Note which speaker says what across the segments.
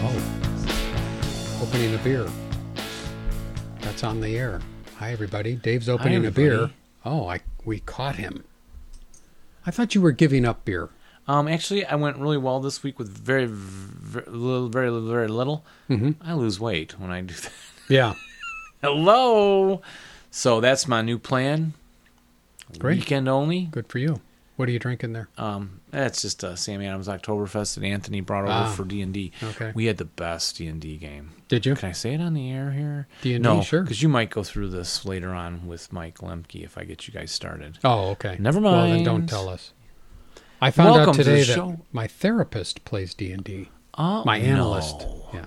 Speaker 1: Oh. opening a beer. That's on the air. Hi, everybody. Dave's opening a beer.
Speaker 2: everybody.
Speaker 1: Oh, I we caught him. I thought you were giving up beer.
Speaker 2: Um, actually, I went really well this week with very, very little, very, little- very little.
Speaker 1: Mm-hmm.
Speaker 2: I lose weight when I do that.
Speaker 1: Yeah.
Speaker 2: Hello. So that's my new plan.
Speaker 1: Great.
Speaker 2: Weekend only.
Speaker 1: Good for you. What are you drinking there?
Speaker 2: Um, that's just uh, Sammy Adams Oktoberfest that Anthony brought over
Speaker 1: Ah,
Speaker 2: for D and D.
Speaker 1: okay.
Speaker 2: We had the best D and D game.
Speaker 1: Did you?
Speaker 2: Can I say it on the air here?
Speaker 1: D&D,
Speaker 2: no,
Speaker 1: sure.
Speaker 2: Because you might go through this later on with Mike Lemke if I get you guys started.
Speaker 1: Oh, okay.
Speaker 2: Never
Speaker 1: Well, then don't
Speaker 2: mind.
Speaker 1: tell us. I found
Speaker 2: Welcome
Speaker 1: out
Speaker 2: to the
Speaker 1: today that
Speaker 2: show.
Speaker 1: my therapist plays D and D.
Speaker 2: Oh,
Speaker 1: My analyst.
Speaker 2: no.
Speaker 1: Yeah.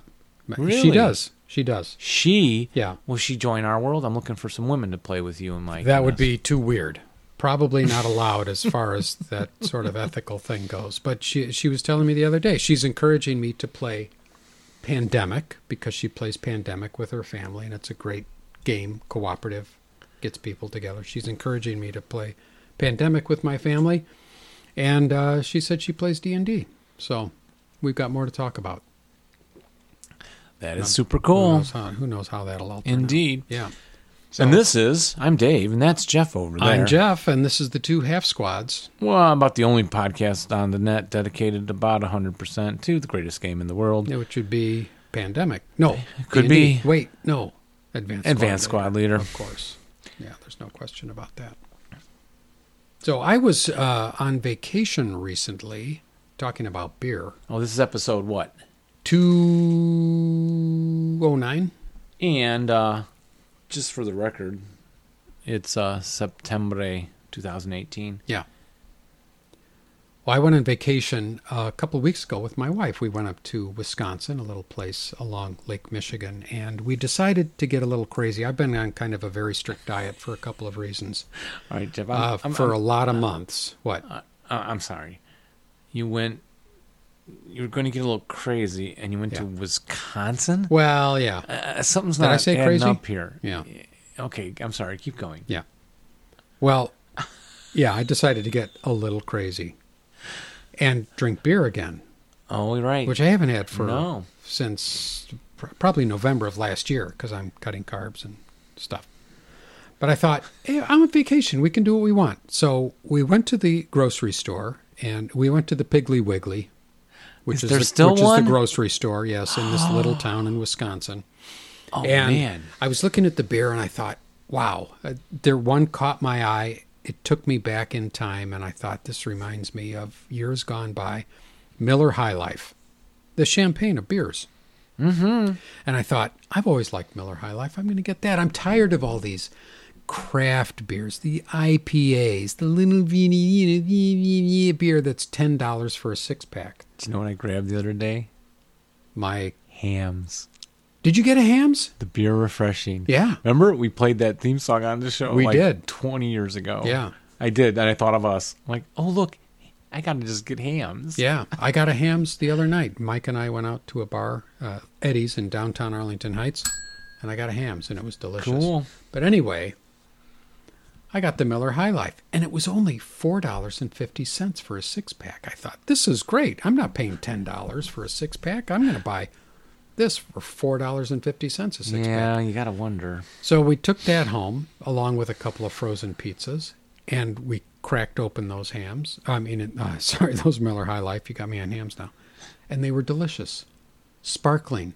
Speaker 1: Ma- She
Speaker 2: Really?
Speaker 1: does. She does.
Speaker 2: She.
Speaker 1: Yeah.
Speaker 2: Will she join our world? I'm looking for some women to play with you and Mike.
Speaker 1: That
Speaker 2: in
Speaker 1: would
Speaker 2: this.
Speaker 1: be too weird. Probably not allowed as far as that sort of ethical thing goes. But she she was telling me the other day she's encouraging me to play Pandemic because she plays Pandemic with her family and it's a great game, cooperative, gets people together. She's encouraging me to play Pandemic with my family, and uh, she said she plays D and D. So we've got more to talk about.
Speaker 2: That is super
Speaker 1: Who
Speaker 2: cool.
Speaker 1: knows how, who knows how that'll all turn out.
Speaker 2: Indeed.
Speaker 1: Yeah.
Speaker 2: And this is I'm Dave, and that's Jeff over there.
Speaker 1: I'm Jeff, and this is the two half squads.
Speaker 2: Well, I'm about the only podcast on the net dedicated about 100% to the greatest game in the world.
Speaker 1: No, it should be pandemic. No,
Speaker 2: Could
Speaker 1: D&D.
Speaker 2: be.
Speaker 1: Wait, no, advanced
Speaker 2: Advanced squad leader.
Speaker 1: Of course, yeah. There's no question about that. So I was uh, on vacation recently, talking about beer.
Speaker 2: Oh, this is episode what?
Speaker 1: Two oh nine.
Speaker 2: And uh, just for the record, it's uh, September 2018.
Speaker 1: Yeah. Well, I went on vacation a couple of weeks ago with my wife. We went up to Wisconsin, a little place along Lake Michigan, and we decided to get a little crazy. I've been on kind of a very strict diet for a couple of reasons.
Speaker 2: All right, Jeff. I'm,
Speaker 1: uh,
Speaker 2: I'm,
Speaker 1: for
Speaker 2: I'm,
Speaker 1: a lot of months. What?
Speaker 2: uh, I'm sorry. You went. You were going to get a little crazy, and you went to
Speaker 1: Yeah.
Speaker 2: Wisconsin.
Speaker 1: well, yeah,
Speaker 2: Uh, something's
Speaker 1: Did I
Speaker 2: not
Speaker 1: say
Speaker 2: adding
Speaker 1: crazy?
Speaker 2: up here.
Speaker 1: yeah,
Speaker 2: Okay, I'm sorry. Keep going.
Speaker 1: yeah. Well, yeah, I decided to get a little crazy and drink beer again,
Speaker 2: Oh, you're right.
Speaker 1: which I haven't had for
Speaker 2: No.
Speaker 1: since pr- probably November of last year because I'm cutting carbs and stuff. But I thought, hey, I'm on vacation. We can do what we want. So we went to the grocery store and we went to the Piggly Wiggly, which
Speaker 2: Is there
Speaker 1: the,
Speaker 2: still
Speaker 1: which is
Speaker 2: one?
Speaker 1: the grocery store, yes, in this little town in Wisconsin.
Speaker 2: oh
Speaker 1: and
Speaker 2: man.
Speaker 1: I was looking at the beer and I thought, wow, uh, there one caught my eye. It took me back in time and I thought this reminds me of years gone by, Miller High Life, the champagne of beers. Mm-hmm. And I thought, I've always liked Miller High Life. I'm going to get that. I'm tired of all these craft beers, the IPAs, the little vini beer that's ten dollars for a six pack.
Speaker 2: Do you know what I grabbed the other day?
Speaker 1: My,
Speaker 2: Hams.
Speaker 1: did you get a hams?
Speaker 2: The beer refreshing.
Speaker 1: Yeah.
Speaker 2: Remember we played that theme song on the show?
Speaker 1: We
Speaker 2: like
Speaker 1: did.
Speaker 2: Twenty years ago.
Speaker 1: Yeah.
Speaker 2: I did, and I thought of us. I'm like, oh look, I gotta just get hams.
Speaker 1: Yeah, I got a hams the other night. Mike and I went out to a bar, uh, Eddie's in downtown Arlington Heights, and I got a hams, and it was delicious.
Speaker 2: Cool.
Speaker 1: But anyway, I got the Miller High Life, and it was only four dollars and fifty cents for a six pack. I thought this is great. I'm not paying ten dollars for a six pack. I'm going to buy this for four dollars and fifty cents a six pack.
Speaker 2: Yeah, you gotta wonder.
Speaker 1: So we took that home along with a couple of frozen pizzas, and we cracked open those hams. I mean, uh, sorry, those Miller High Life. You got me on hams now, and they were delicious, sparkling,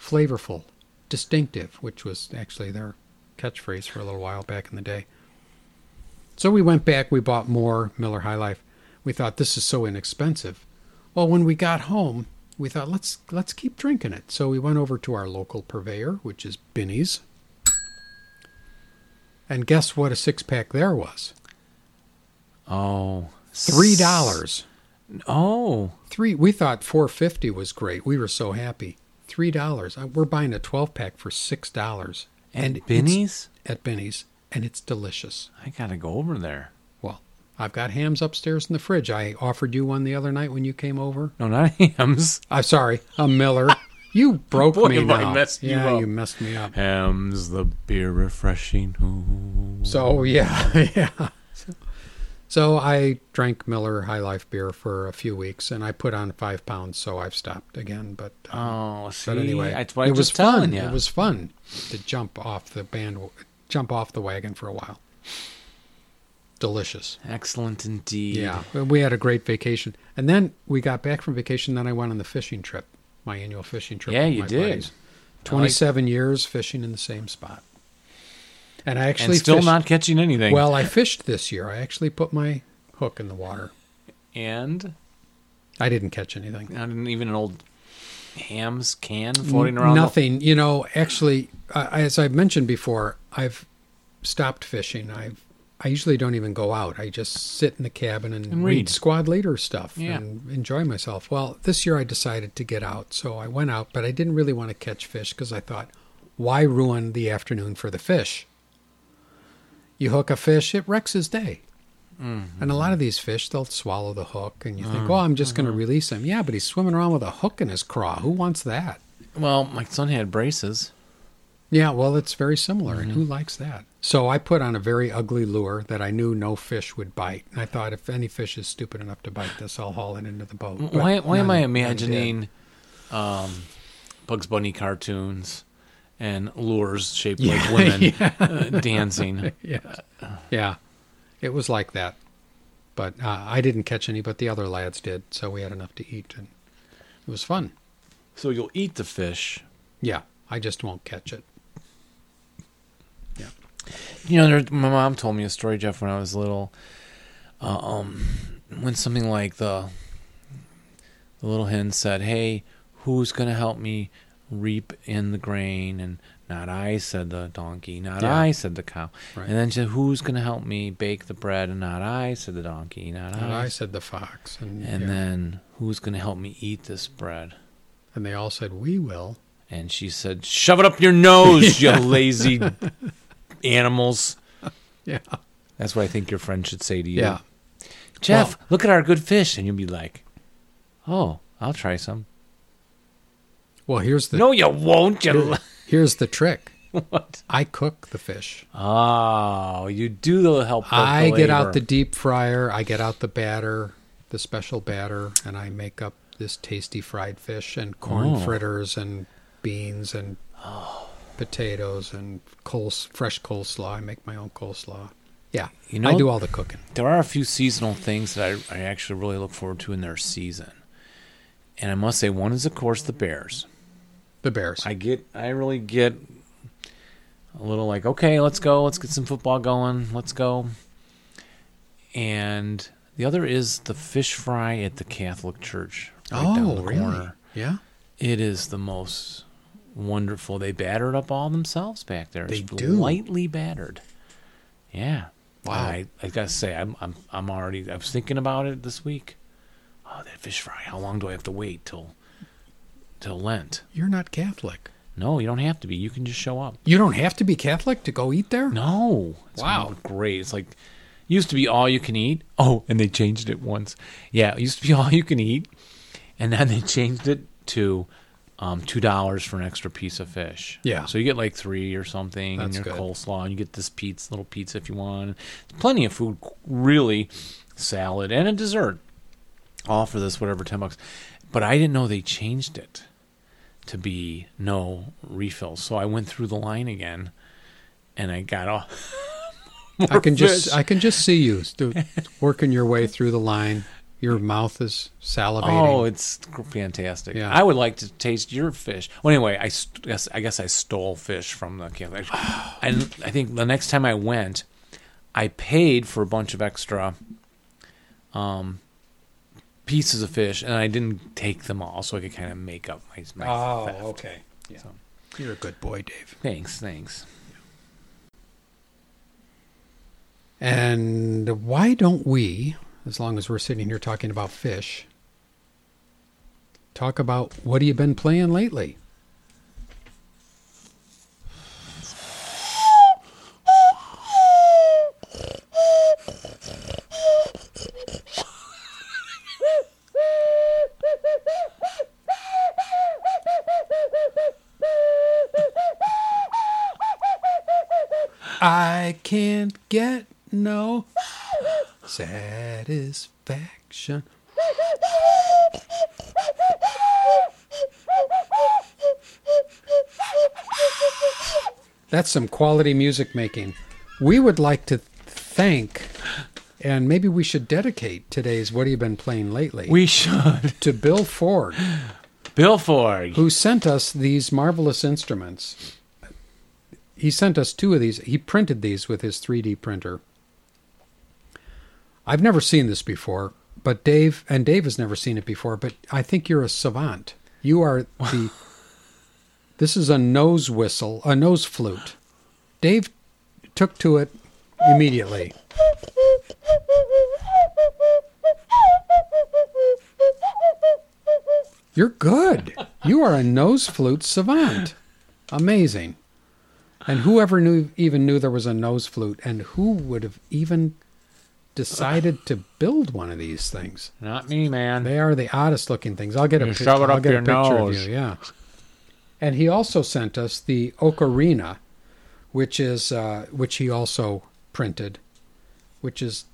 Speaker 1: flavorful, distinctive, which was actually their catchphrase for a little while back in the day. So we went back. We bought more Miller High Life. We thought this is so inexpensive. Well, when we got home, we thought let's let's keep drinking it. So we went over to our local purveyor, which is Binney's. And guess what a six pack there was?
Speaker 2: Oh.
Speaker 1: Three dollars.
Speaker 2: Oh.
Speaker 1: Three we thought four fifty was great. We were so happy. Three dollars. Uh, We're buying a twelve pack for six dollars.
Speaker 2: And,
Speaker 1: it's-
Speaker 2: Benny's?
Speaker 1: At Benny's. And it's delicious.
Speaker 2: I gotta go over there.
Speaker 1: Well, I've got hams upstairs in the fridge. I offered you one the other night when you came over.
Speaker 2: No, not hams.
Speaker 1: I'm sorry, a Miller. You broke
Speaker 2: Boy,
Speaker 1: me
Speaker 2: have I
Speaker 1: now.
Speaker 2: messed you
Speaker 1: yeah,
Speaker 2: up.
Speaker 1: you messed me up.
Speaker 2: Hams, the beer refreshing. Ooh.
Speaker 1: So yeah, yeah. So I drank Miller High Life beer for a few weeks, and I put on five pounds, so I've stopped again. But um,
Speaker 2: Oh, see,
Speaker 1: but anyway,
Speaker 2: that's why I
Speaker 1: it
Speaker 2: was
Speaker 1: was
Speaker 2: just telling
Speaker 1: fun.
Speaker 2: you.
Speaker 1: It was fun to jump off the band, jump off the wagon for a while. Delicious.
Speaker 2: excellent indeed.
Speaker 1: Yeah, we had a great vacation, and then we got back from vacation. Then I went on the fishing trip, my annual fishing trip.
Speaker 2: Yeah,
Speaker 1: with
Speaker 2: you
Speaker 1: my
Speaker 2: did.
Speaker 1: buddies. Twenty-seven years fishing in the same spot, and I actually
Speaker 2: and still
Speaker 1: fished-
Speaker 2: not catching anything.
Speaker 1: Well, I fished this year. I actually put my hook in the water.
Speaker 2: and
Speaker 1: I didn't catch anything.
Speaker 2: not an- even an old ham's can floating around. the-
Speaker 1: Nothing. You know, actually, uh, as I've mentioned before, I've stopped fishing. I've I usually don't even go out. I just sit in the cabin and,
Speaker 2: And
Speaker 1: read.
Speaker 2: read.
Speaker 1: squad leader stuff
Speaker 2: Yeah.
Speaker 1: and enjoy myself. Well, this year I decided to get out, so I went out, but I didn't really want to catch fish because I thought, why ruin the afternoon for the fish? You hook a fish, it wrecks his day.
Speaker 2: Mm-hmm.
Speaker 1: And a lot of these fish, they'll swallow the hook, and you
Speaker 2: Mm.
Speaker 1: think, oh, I'm just going to
Speaker 2: Uh-huh.
Speaker 1: release him. Yeah, but he's swimming around with a hook in his craw. Who wants that?
Speaker 2: well, my son had braces.
Speaker 1: Yeah, well, it's very similar, and
Speaker 2: Mm-hmm.
Speaker 1: who likes that? So I put on a very ugly lure that I knew no fish would bite, and I thought if any fish is stupid enough to bite this, I'll haul it into the boat. But
Speaker 2: Why? Why am I
Speaker 1: none- none did.
Speaker 2: imagining um, Bugs Bunny cartoons and lures shaped like
Speaker 1: Yeah,
Speaker 2: women uh, dancing?
Speaker 1: Yeah, yeah, it was like that, but uh, I didn't catch any, but the other lads did, so we had enough to eat, and it was fun.
Speaker 2: So you'll eat the fish.
Speaker 1: Yeah, I just won't catch it.
Speaker 2: You know, there, my mom told me a story, Jeff, when I was little. Uh, um, when something like the the little hen said, "Hey, who's going to help me reap in the grain?" and not I said the donkey, not
Speaker 1: Yeah.
Speaker 2: I said the cow.
Speaker 1: Right.
Speaker 2: And then she said, "Who's going to help me bake the bread?" and not I said the donkey, not
Speaker 1: And
Speaker 2: I.
Speaker 1: I said the fox, and
Speaker 2: and
Speaker 1: yeah.
Speaker 2: then who's going to help me eat this bread?
Speaker 1: and they all said we will.
Speaker 2: And she said, "Shove it up your nose, you lazy animals."
Speaker 1: Yeah,
Speaker 2: That's what I think your friend should say to you.
Speaker 1: yeah,
Speaker 2: Jeff, look at our good fish, and you'll be like, "Oh, I'll try some."
Speaker 1: Well, here's the
Speaker 2: no, you won't. You li-
Speaker 1: here's the trick.
Speaker 2: what?
Speaker 1: I cook the fish.
Speaker 2: Oh, you do the help. of the
Speaker 1: I get
Speaker 2: labor.
Speaker 1: out the deep fryer, I get out the batter, the special batter, and I make up this tasty fried fish and corn
Speaker 2: Oh.
Speaker 1: fritters and beans and potatoes and coles, fresh coleslaw. I make my own coleslaw. Yeah,
Speaker 2: You know-
Speaker 1: I do all the cooking.
Speaker 2: There are a few seasonal things that I, I actually really look forward to in their season, and I must say, one is of course the Bears.
Speaker 1: The bears.
Speaker 2: I get, I really get a little like, okay, let's go, let's get some football going, let's go. And the other is the fish fry at the Catholic Church. right down
Speaker 1: oh,
Speaker 2: the
Speaker 1: really?
Speaker 2: corner.
Speaker 1: Yeah.
Speaker 2: It is the most wonderful. They battered up all themselves back there.
Speaker 1: They
Speaker 2: It's
Speaker 1: do.
Speaker 2: lightly battered. Yeah.
Speaker 1: Wow.
Speaker 2: I, I gotta say, I'm I'm I'm already. I was thinking about it this week. Oh, that fish fry. How long do I have to wait till till Lent?
Speaker 1: You're not Catholic.
Speaker 2: No, you don't have to be. You can just show up.
Speaker 1: You don't have to be Catholic to go eat there?
Speaker 2: No. It's
Speaker 1: Wow.
Speaker 2: Great. It's like used to be all you can eat. Oh, and they changed it once. Yeah, it used to be all you can eat, and then they changed it to um, two dollars for an extra piece of fish.
Speaker 1: Yeah.
Speaker 2: So you get like three or something,
Speaker 1: That's
Speaker 2: and your
Speaker 1: good.
Speaker 2: coleslaw, and you get this pizza, little pizza if you want. Plenty of food, really, salad and a dessert. All for this, whatever, ten bucks. But I didn't know they changed it to be no refills. So I went through the line again, and I got all.
Speaker 1: I can
Speaker 2: fish.
Speaker 1: just I can just see you stu- working your way through the line. Your mouth is salivating.
Speaker 2: Oh, it's gr- fantastic!
Speaker 1: Yeah.
Speaker 2: I would like to taste your fish. Well, anyway, I st- guess I guess I stole fish from the Catholic. and I think the next time I went, I paid for a bunch of extra um, pieces of fish, and I didn't take them all, so I could kind of make up my. my theft.
Speaker 1: Oh, okay. Yeah.
Speaker 2: So-
Speaker 1: You're a good boy, Dave.
Speaker 2: Thanks, thanks.
Speaker 1: And why don't we, as long as we're sitting here talking about fish, talk about what have you been playing lately? I can't get no Satisfaction. That's some quality music making. We would like to thank, and maybe we should dedicate today's What Have You Been Playing Lately
Speaker 2: We should.
Speaker 1: to Bill Ford,
Speaker 2: Bill Ford.
Speaker 1: who sent us these marvelous instruments. He sent us two of these. He printed these with his 3D printer. I've never seen this before, but Dave, and Dave has never seen it before, but I think you're a savant. You are the. this is a nose whistle, a nose flute. Dave took to it immediately. You're good. You are a nose flute savant. Amazing. And whoever knew even knew there was a nose flute and who would have even decided to build one of these things?
Speaker 2: Not me, man.
Speaker 1: They are the oddest looking things. I'll get a
Speaker 2: You
Speaker 1: pic-
Speaker 2: shove it
Speaker 1: I'll
Speaker 2: up
Speaker 1: get
Speaker 2: your
Speaker 1: a picture
Speaker 2: nose.
Speaker 1: of you, yeah. And he also sent us the ocarina, which is uh, which he also printed, which is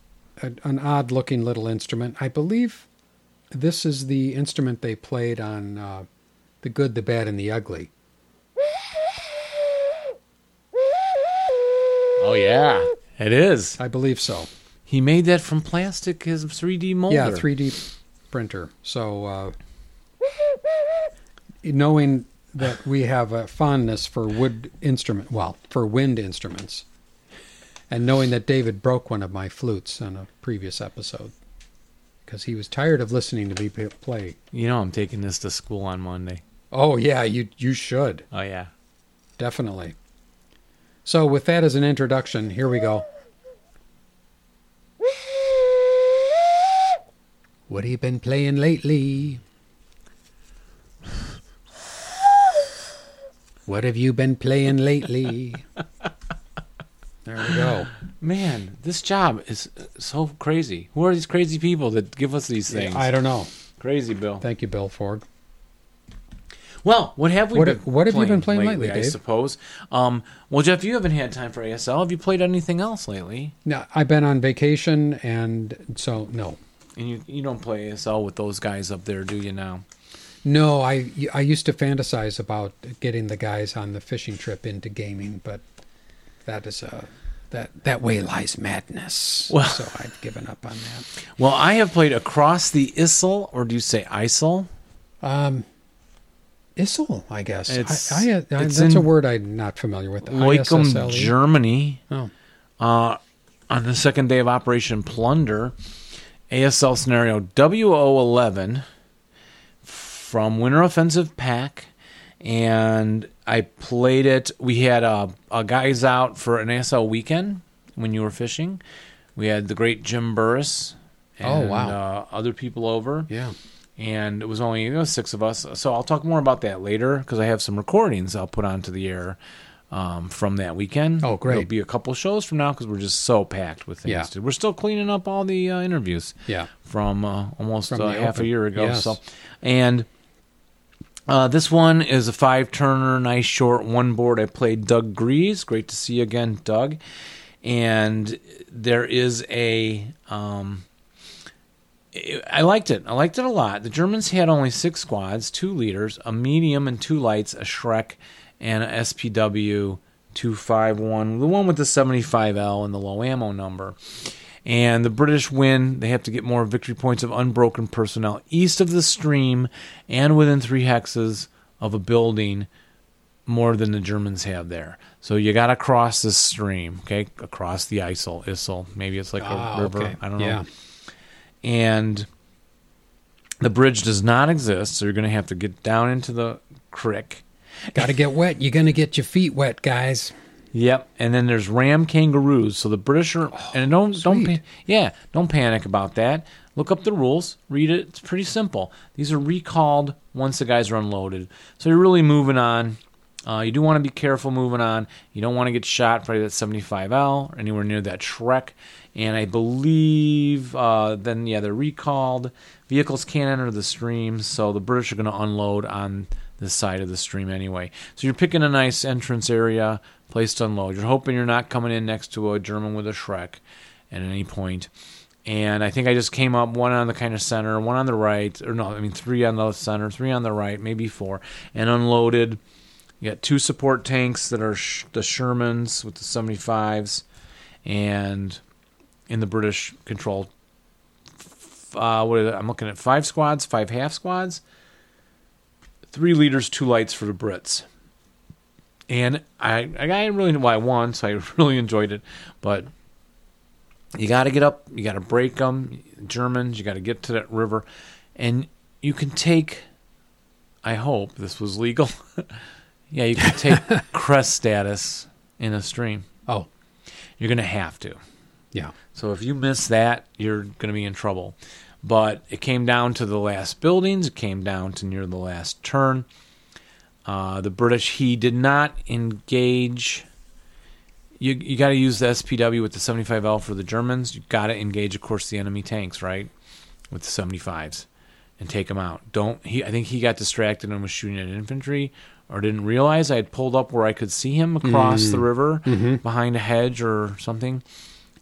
Speaker 1: a, an odd looking little instrument. I believe this is the instrument they played on uh, the Good, the Bad, and the Ugly.
Speaker 2: Oh yeah, it is.
Speaker 1: I believe so.
Speaker 2: He made that from plastic, his 3D molder.
Speaker 1: Yeah, 3D printer. So uh, knowing that we have a fondness for wood instrument, well, for wind instruments, and knowing that David broke one of my flutes on a previous episode because he was tired of listening to me p- play.
Speaker 2: You know, I'm taking this to school on Monday.
Speaker 1: Oh yeah, you you should
Speaker 2: Oh yeah.
Speaker 1: definitely. So with that as an introduction, here we go. What have you been playing lately? What have you been playing lately? There we go.
Speaker 2: Man, this job is uh, so crazy. Who are these crazy people that give us these things?
Speaker 1: I don't know.
Speaker 2: crazy, Bill.
Speaker 1: Thank you, Bill Ford.
Speaker 2: Well, what have we?
Speaker 1: What
Speaker 2: been
Speaker 1: have- what have you been playing lately,
Speaker 2: I
Speaker 1: Dave?
Speaker 2: suppose. Um, well, Jeff, you haven't had time for ASL. Have you played anything else lately?
Speaker 1: Now I've been on vacation, and so no,
Speaker 2: And you you don't play ASL with those guys up there, do you now?
Speaker 1: no. I I used to fantasize about getting the guys on the fishing trip into gaming, but that is a that that way lies madness.
Speaker 2: Well-
Speaker 1: so I've given up on that.
Speaker 2: Well, I have played Across the Isle, or do you say Isle?
Speaker 1: ISIL, I guess.
Speaker 2: It's-
Speaker 1: I, I, I,
Speaker 2: it's
Speaker 1: that's a
Speaker 2: in
Speaker 1: word I'm not familiar with.
Speaker 2: Leucum,
Speaker 1: ISSLE?
Speaker 2: Germany.
Speaker 1: E. Oh.
Speaker 2: uh, on the second day of Operation Plunder, ASL scenario WO11 from Winter Offensive Pack, and I played it. We had uh, uh, guys out for an ASL weekend when you were fishing. We had the great Jim Burris.
Speaker 1: Oh,
Speaker 2: And,
Speaker 1: wow.
Speaker 2: Uh, other people over
Speaker 1: Yeah.
Speaker 2: and it was only you know, six of us. So I'll talk more about that later because I have some recordings I'll put onto the air um, from that weekend.
Speaker 1: Oh, great.
Speaker 2: It'll be a couple shows from now because we're just so packed with things.
Speaker 1: Yeah.
Speaker 2: to- We're still cleaning up all the uh, interviews
Speaker 1: Yeah.
Speaker 2: from uh, almost
Speaker 1: From
Speaker 2: uh,
Speaker 1: the
Speaker 2: half a
Speaker 1: open.
Speaker 2: year ago.
Speaker 1: Yes.
Speaker 2: So, and uh, this one is a five turner, nice short one board. I played Doug Grease. Great to see you again, Doug. And there is a. Um, I- I liked it. I liked it a lot. The Germans had only six squads, two leaders, a medium and two lights, a Shrek, and a SPW 251, the one with the 75L and the low ammo number. And the British win. They have to get more victory points of unbroken personnel east of the stream and within three hexes of a building more than the Germans have there. So you got to cross this stream, okay? Across the Isel, Isel. Maybe it's like a
Speaker 1: Ah,
Speaker 2: river.
Speaker 1: okay.
Speaker 2: I don't know
Speaker 1: Yeah.
Speaker 2: and the bridge does not exist, so you're going to have to get down into the creek.
Speaker 1: Got to get wet. You're going to get your feet wet, guys.
Speaker 2: Yep, and then there's ram kangaroos. So the British are and don't don't
Speaker 1: sweet.
Speaker 2: pa- yeah don't panic about that. Look up the rules, read it. It's pretty simple. These are recalled once the guys are unloaded. So you're really moving on. Uh, you do want to be careful moving on. You don't want to get shot by that 75L or anywhere near that Shrek. And I believe uh, then yeah they're recalled. Vehicles can't enter the stream, so the British are going to unload on the side of the stream anyway. So you're picking a nice entrance area, place to unload. You're hoping you're not coming in next to a German with a Shrek at any point. and I think I just came up one on the kind of center, one on the right, or no, I mean three on the center, three on the right, maybe four, and unloaded. You got two support tanks that are sh- the Shermans with the 75s, and in the British control, f- uh, what is it? I'm looking at five squads, five half squads, three leaders, two lights for the Brits. And I, I didn't really know why I won, so I really enjoyed it, but you got to get up you got to break them germans you got to get to that river and you can take i hope this was legal yeah you can take crest status in a stream
Speaker 1: Oh,
Speaker 2: you're going to have to
Speaker 1: yeah.
Speaker 2: so if you miss that you're going to be in trouble but it came down to the last buildings it came down to near the last turn uh, the british he did not engage you you got to use the SPW with the 75L for the Germans. You got to engage, of course, the enemy tanks, right, with the 75s, and take them out. Don't he? I think he got distracted and was shooting at infantry, or didn't realize I had pulled up where I could see him across the river behind a hedge or something,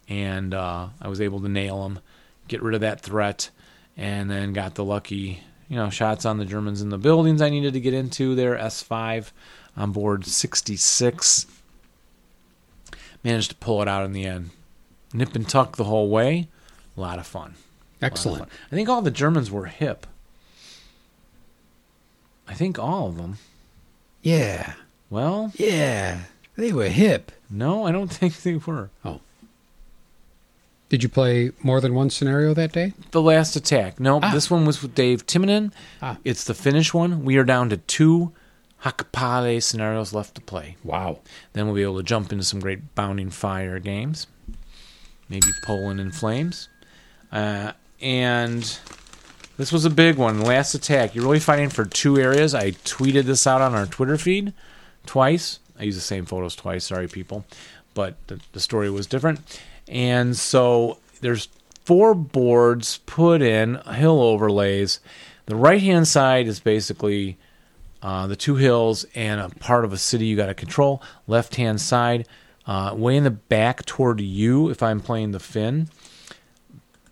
Speaker 2: and uh, I was able to nail him, get rid of that threat, and then got the lucky. You know, shots on the Germans in the buildings I needed to get into there. S5 on board 66 managed to pull it out in the end. Nip and tuck the whole way. A lot of fun. A lot of
Speaker 1: Excellent.
Speaker 2: fun. I think all the Germans were hip. I think all of them.
Speaker 1: Yeah.
Speaker 2: Well,
Speaker 1: Yeah. They were hip. Oh.
Speaker 2: no, I don't think they were.
Speaker 1: Did you play more than one scenario that day?
Speaker 2: The last attack. No,
Speaker 1: Ah.
Speaker 2: this one was with Dave Timonen.
Speaker 1: Ah.
Speaker 2: It's the Finnish one. We are down to two Hakapale scenarios left to play.
Speaker 1: Wow.
Speaker 2: Then we'll be able to jump into some great Bounding Fire games, maybe Poland in Flames. Uh, and this was a big one. Last attack. You're really fighting for two areas. I tweeted this out on our Twitter feed twice. I use the same photos twice. Sorry, people. But the, the story was different. And so there's four boards put in, hill overlays. The right hand side is basically uh, the two hills and a part of a city you got to control. Left hand side, uh, way in the back toward you. If I'm playing the Finn,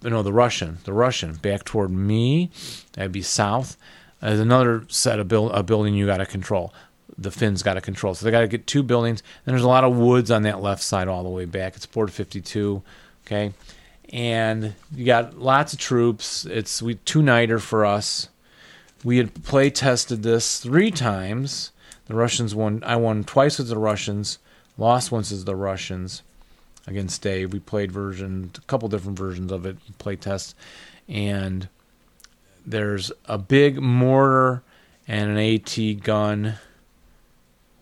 Speaker 2: no, the Russian, the Russian back toward me, that'd be south. There's another set of build a building you got to control. The Finns got to control, so they got to get two buildings. And there's a lot of woods on that left side all the way back. It's board 52, okay, and you got lots of troops. It's we two nighter for us. We had play tested this three times. The Russians won. I won twice with the Russians, lost once as the Russians against Dave. We played version, a couple different versions of it, play tests, and there's a big mortar and an AT gun.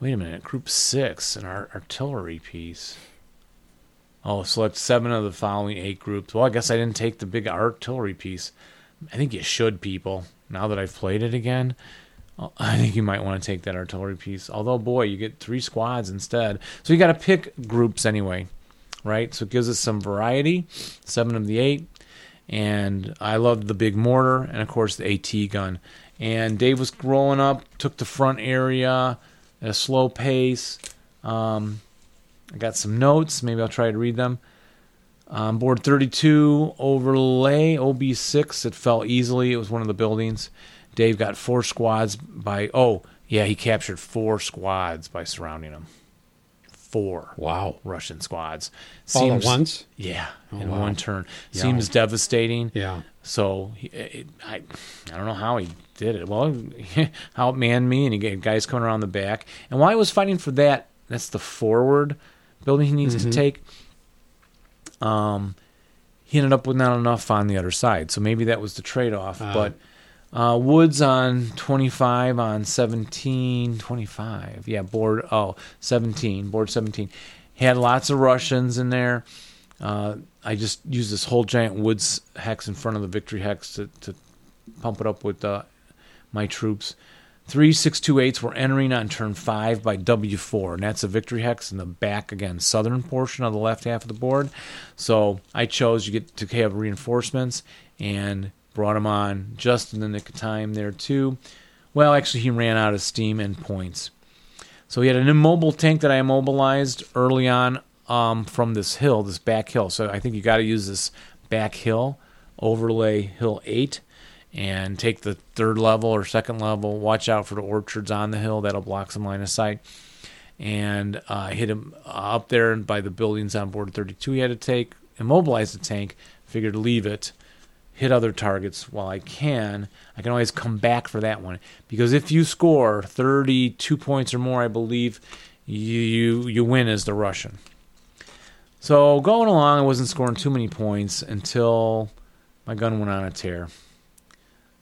Speaker 2: Wait a minute, group six, an ar- artillery piece. Oh, select seven of the following eight groups. Well, I guess I didn't take the big artillery piece. I think you should, people. Now that I've played it again, Oh, I think you might want to take that artillery piece. Although, boy, you get three squads instead. So you got to pick groups anyway, right? So it gives us some variety. Seven of the eight. And I loved the big mortar and, of course, the AT gun. And Dave was rolling up, took the front area at a slow pace. Um, I got some notes. Maybe I'll try to read them. Um, board 32 overlay OB6. It fell easily. It was one of the buildings. Dave got four squads by. Oh, yeah, he captured four squads by surrounding him. Four
Speaker 1: Wow.
Speaker 2: Russian squads.
Speaker 1: All at once? Oh,
Speaker 2: Yeah, in
Speaker 1: wow.
Speaker 2: one turn. Seems devastating.
Speaker 1: Yeah.
Speaker 2: So he, eh, it, I, I don't know how he did it. Well, he outmanned me, and he got guys coming around the back. And while I was fighting for that, that's the forward building he needs to take. Um, he ended up with not enough on the other side. So maybe that was the trade off.
Speaker 1: Ah.
Speaker 2: but uh, Woods on 25, on 17, 25. Yeah, board, oh, 17, board 17. Had lots of Russians in there. Uh, I just used this whole giant Woods hex in front of the Victory hex to, to pump it up with uh, my troops. Three six two eights were entering on turn five by W four, and that's a victory hex in the back again, southern portion of the left half of the board. So I chose you get to have reinforcements and brought him on just in the nick of time there too. Well, actually, he ran out of steam and points. So he had an immobile tank that I immobilized early on um, from this hill, this back hill. So I think you got to use this back hill, overlay hill eight, and take the third level or second level. Watch out for the orchards on the hill; that'll block some line of sight. And uh, hit him up there by the buildings on board 32. He had to take immobilize the tank. Figured leave it, hit other targets while I can. I can always come back for that one because if you score 32 points or more, I believe you you, you win as the Russian. So going along, I wasn't scoring too many points until my gun went on a tear.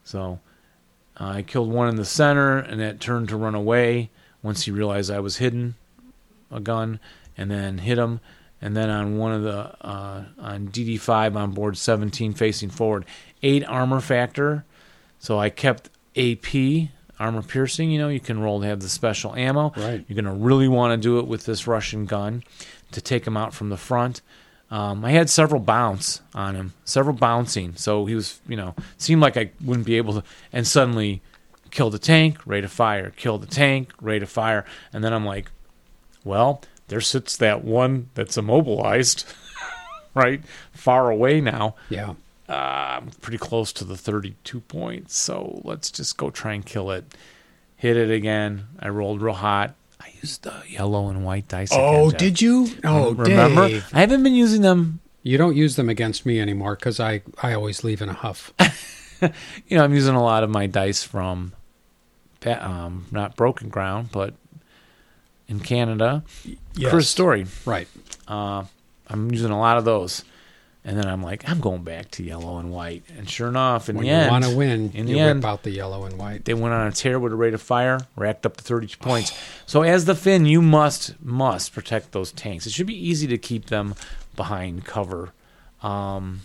Speaker 2: So uh, I killed one in the center, and that turned to run away once he realized I was hidden, a gun, and then hit him. And then on one of the uh, on DD5 on board 17, facing forward, eight armor factor. So I kept AP armor piercing. You know, you can roll to have the special ammo.
Speaker 1: Right.
Speaker 2: You're gonna really want to do it with this Russian gun to take him out from the front. Um, I had several bounce on him, several bouncing. So he was, you know, seemed like I wouldn't be able to. And suddenly, kill the tank, rate of fire, kill the tank, rate of fire. And then I'm like, well, there sits that one that's immobilized, right? Far away now.
Speaker 1: Yeah.
Speaker 2: Uh, I'm pretty close to the 32 points, so let's just go try and kill it. Hit it again. I rolled real hot. I used the yellow and white dice.
Speaker 1: Oh,
Speaker 2: again, Jeff.
Speaker 1: did you? Oh,
Speaker 2: remember?
Speaker 1: Dave.
Speaker 2: I haven't been using them.
Speaker 1: You don't use them against me anymore because I, I always leave in a huff.
Speaker 2: You know, I'm using a lot of my dice from, Pa- um, not Broken Ground, but in Canada,
Speaker 1: Yes.
Speaker 2: Chris Story.
Speaker 1: Right.
Speaker 2: Uh, I'm using a lot of those, and then I'm like, I'm going back to yellow and white. And sure enough, in
Speaker 1: When
Speaker 2: the
Speaker 1: you
Speaker 2: end,
Speaker 1: want to win,
Speaker 2: in
Speaker 1: you
Speaker 2: the
Speaker 1: rip
Speaker 2: end,
Speaker 1: out the yellow and white.
Speaker 2: they went on a tear with a rate of fire, racked up to 32 points. so as the Finn, you must must protect those tanks. It should be easy to keep them behind cover. Um,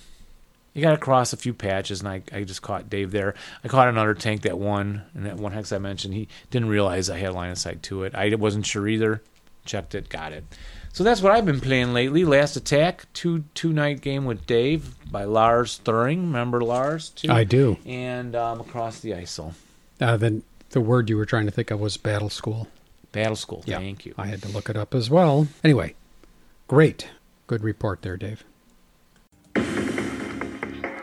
Speaker 2: you got to cross a few patches, and I, I just caught Dave there. I caught another tank that one and that one hex I mentioned. He didn't realize I had line of sight to it. I wasn't sure either. Checked it, got it. So that's what I've been playing lately. Last Attack, two two night game with Dave by Lars Thuring. Remember Lars too?
Speaker 1: I do.
Speaker 2: And um, across the ISIL.
Speaker 1: Uh, then the word you were trying to think of was battle school.
Speaker 2: Battle School.
Speaker 1: Yeah.
Speaker 2: Thank you.
Speaker 1: I had to look it up as well. Anyway, great. Good report there, Dave.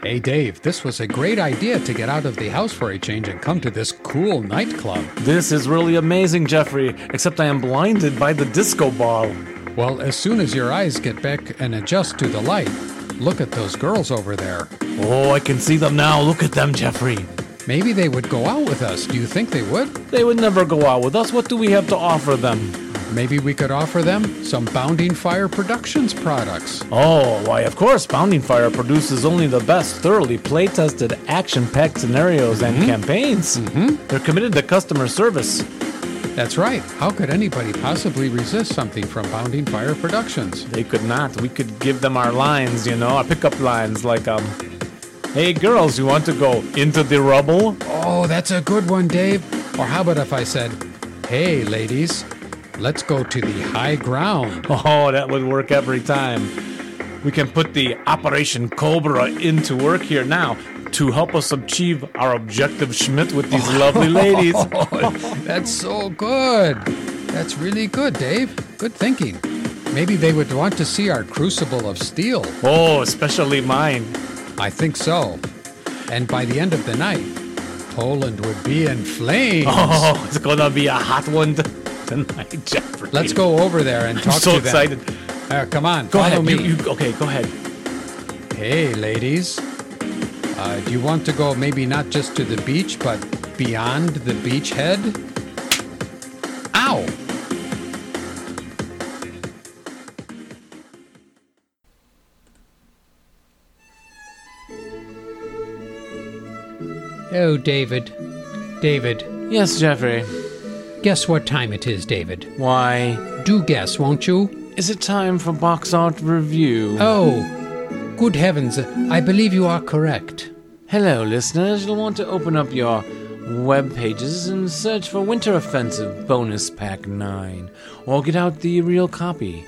Speaker 1: Hey, Dave, this was a great idea to get out of the house for a change and come to this cool nightclub.
Speaker 2: This is really amazing, Jeffrey, except I am blinded by the disco ball.
Speaker 1: Well, as soon as your eyes get back and adjust to the light, look at those girls over there.
Speaker 2: Oh, I can see them now. Look at them, Jeffrey.
Speaker 1: Maybe they would go out with us. Do you think they would?
Speaker 2: They would never go out with us. What do we have to offer them?
Speaker 1: Maybe we could offer them some Bounding Fire Productions products.
Speaker 2: Oh, why, of course, Bounding Fire produces only the best, thoroughly play tested, action packed scenarios and campaigns. Mm-hmm. They're committed to customer service.
Speaker 1: That's right. How could anybody possibly resist something from Bounding Fire Productions?
Speaker 2: They could not. We could give them our lines, you know, our pickup lines, like, um, hey, girls, you want to go into the rubble?
Speaker 1: Oh, that's a good one, Dave. Or how about if I said, hey, ladies, let's go to the high ground?
Speaker 2: Oh, that would work every time. We can put the Operation Cobra into work here now to help us achieve our objective, Schmidt, with these lovely ladies.
Speaker 1: Oh, That's so good. That's really good, Dave. Good thinking. Maybe they would want to see our crucible of steel.
Speaker 2: Oh, especially mine.
Speaker 1: I think so. And by the end of the night, Poland would be in flames.
Speaker 2: Oh, it's gonna be a hot one tonight, Jeffrey.
Speaker 1: Let's go over there and talk
Speaker 2: I'm so
Speaker 1: to
Speaker 2: excited.
Speaker 1: them. Uh, come on,
Speaker 2: Go
Speaker 1: follow
Speaker 2: ahead.
Speaker 1: me.
Speaker 2: You, you, okay, go ahead.
Speaker 1: Hey, ladies. Uh, do you want to go maybe not just to the beach, but beyond the beachhead? Ow! Oh, David. David.
Speaker 2: Yes, Jeffrey.
Speaker 1: Guess what time it is, David?
Speaker 2: Why?
Speaker 1: Do guess, won't you?
Speaker 2: Is it time for box art review?
Speaker 1: Oh, good heavens, I believe you are correct.
Speaker 2: Hello, listeners. You'll want to open up your web pages and search for Winter Offensive Bonus Pack 9, or get out the real copy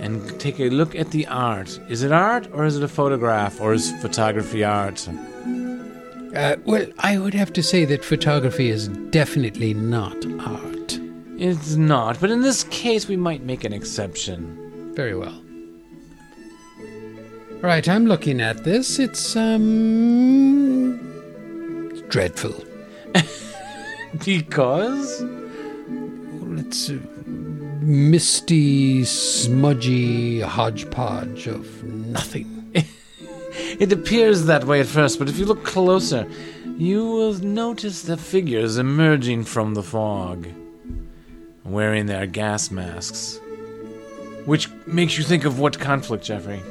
Speaker 2: and take a look at the art. Is it art, or is it a photograph, or is photography art?
Speaker 1: Uh, well, I would have to say that photography is definitely not art.
Speaker 2: It's not, but in this case, we might make an exception.
Speaker 1: Very well. Right, I'm looking at this. It's um dreadful.
Speaker 3: Because
Speaker 1: It's a misty, smudgy hodgepodge of nothing.
Speaker 3: it appears that way at first, but if you look closer, you will notice the figures emerging from the fog, wearing their gas masks. Which makes you think of what conflict, Jeffrey?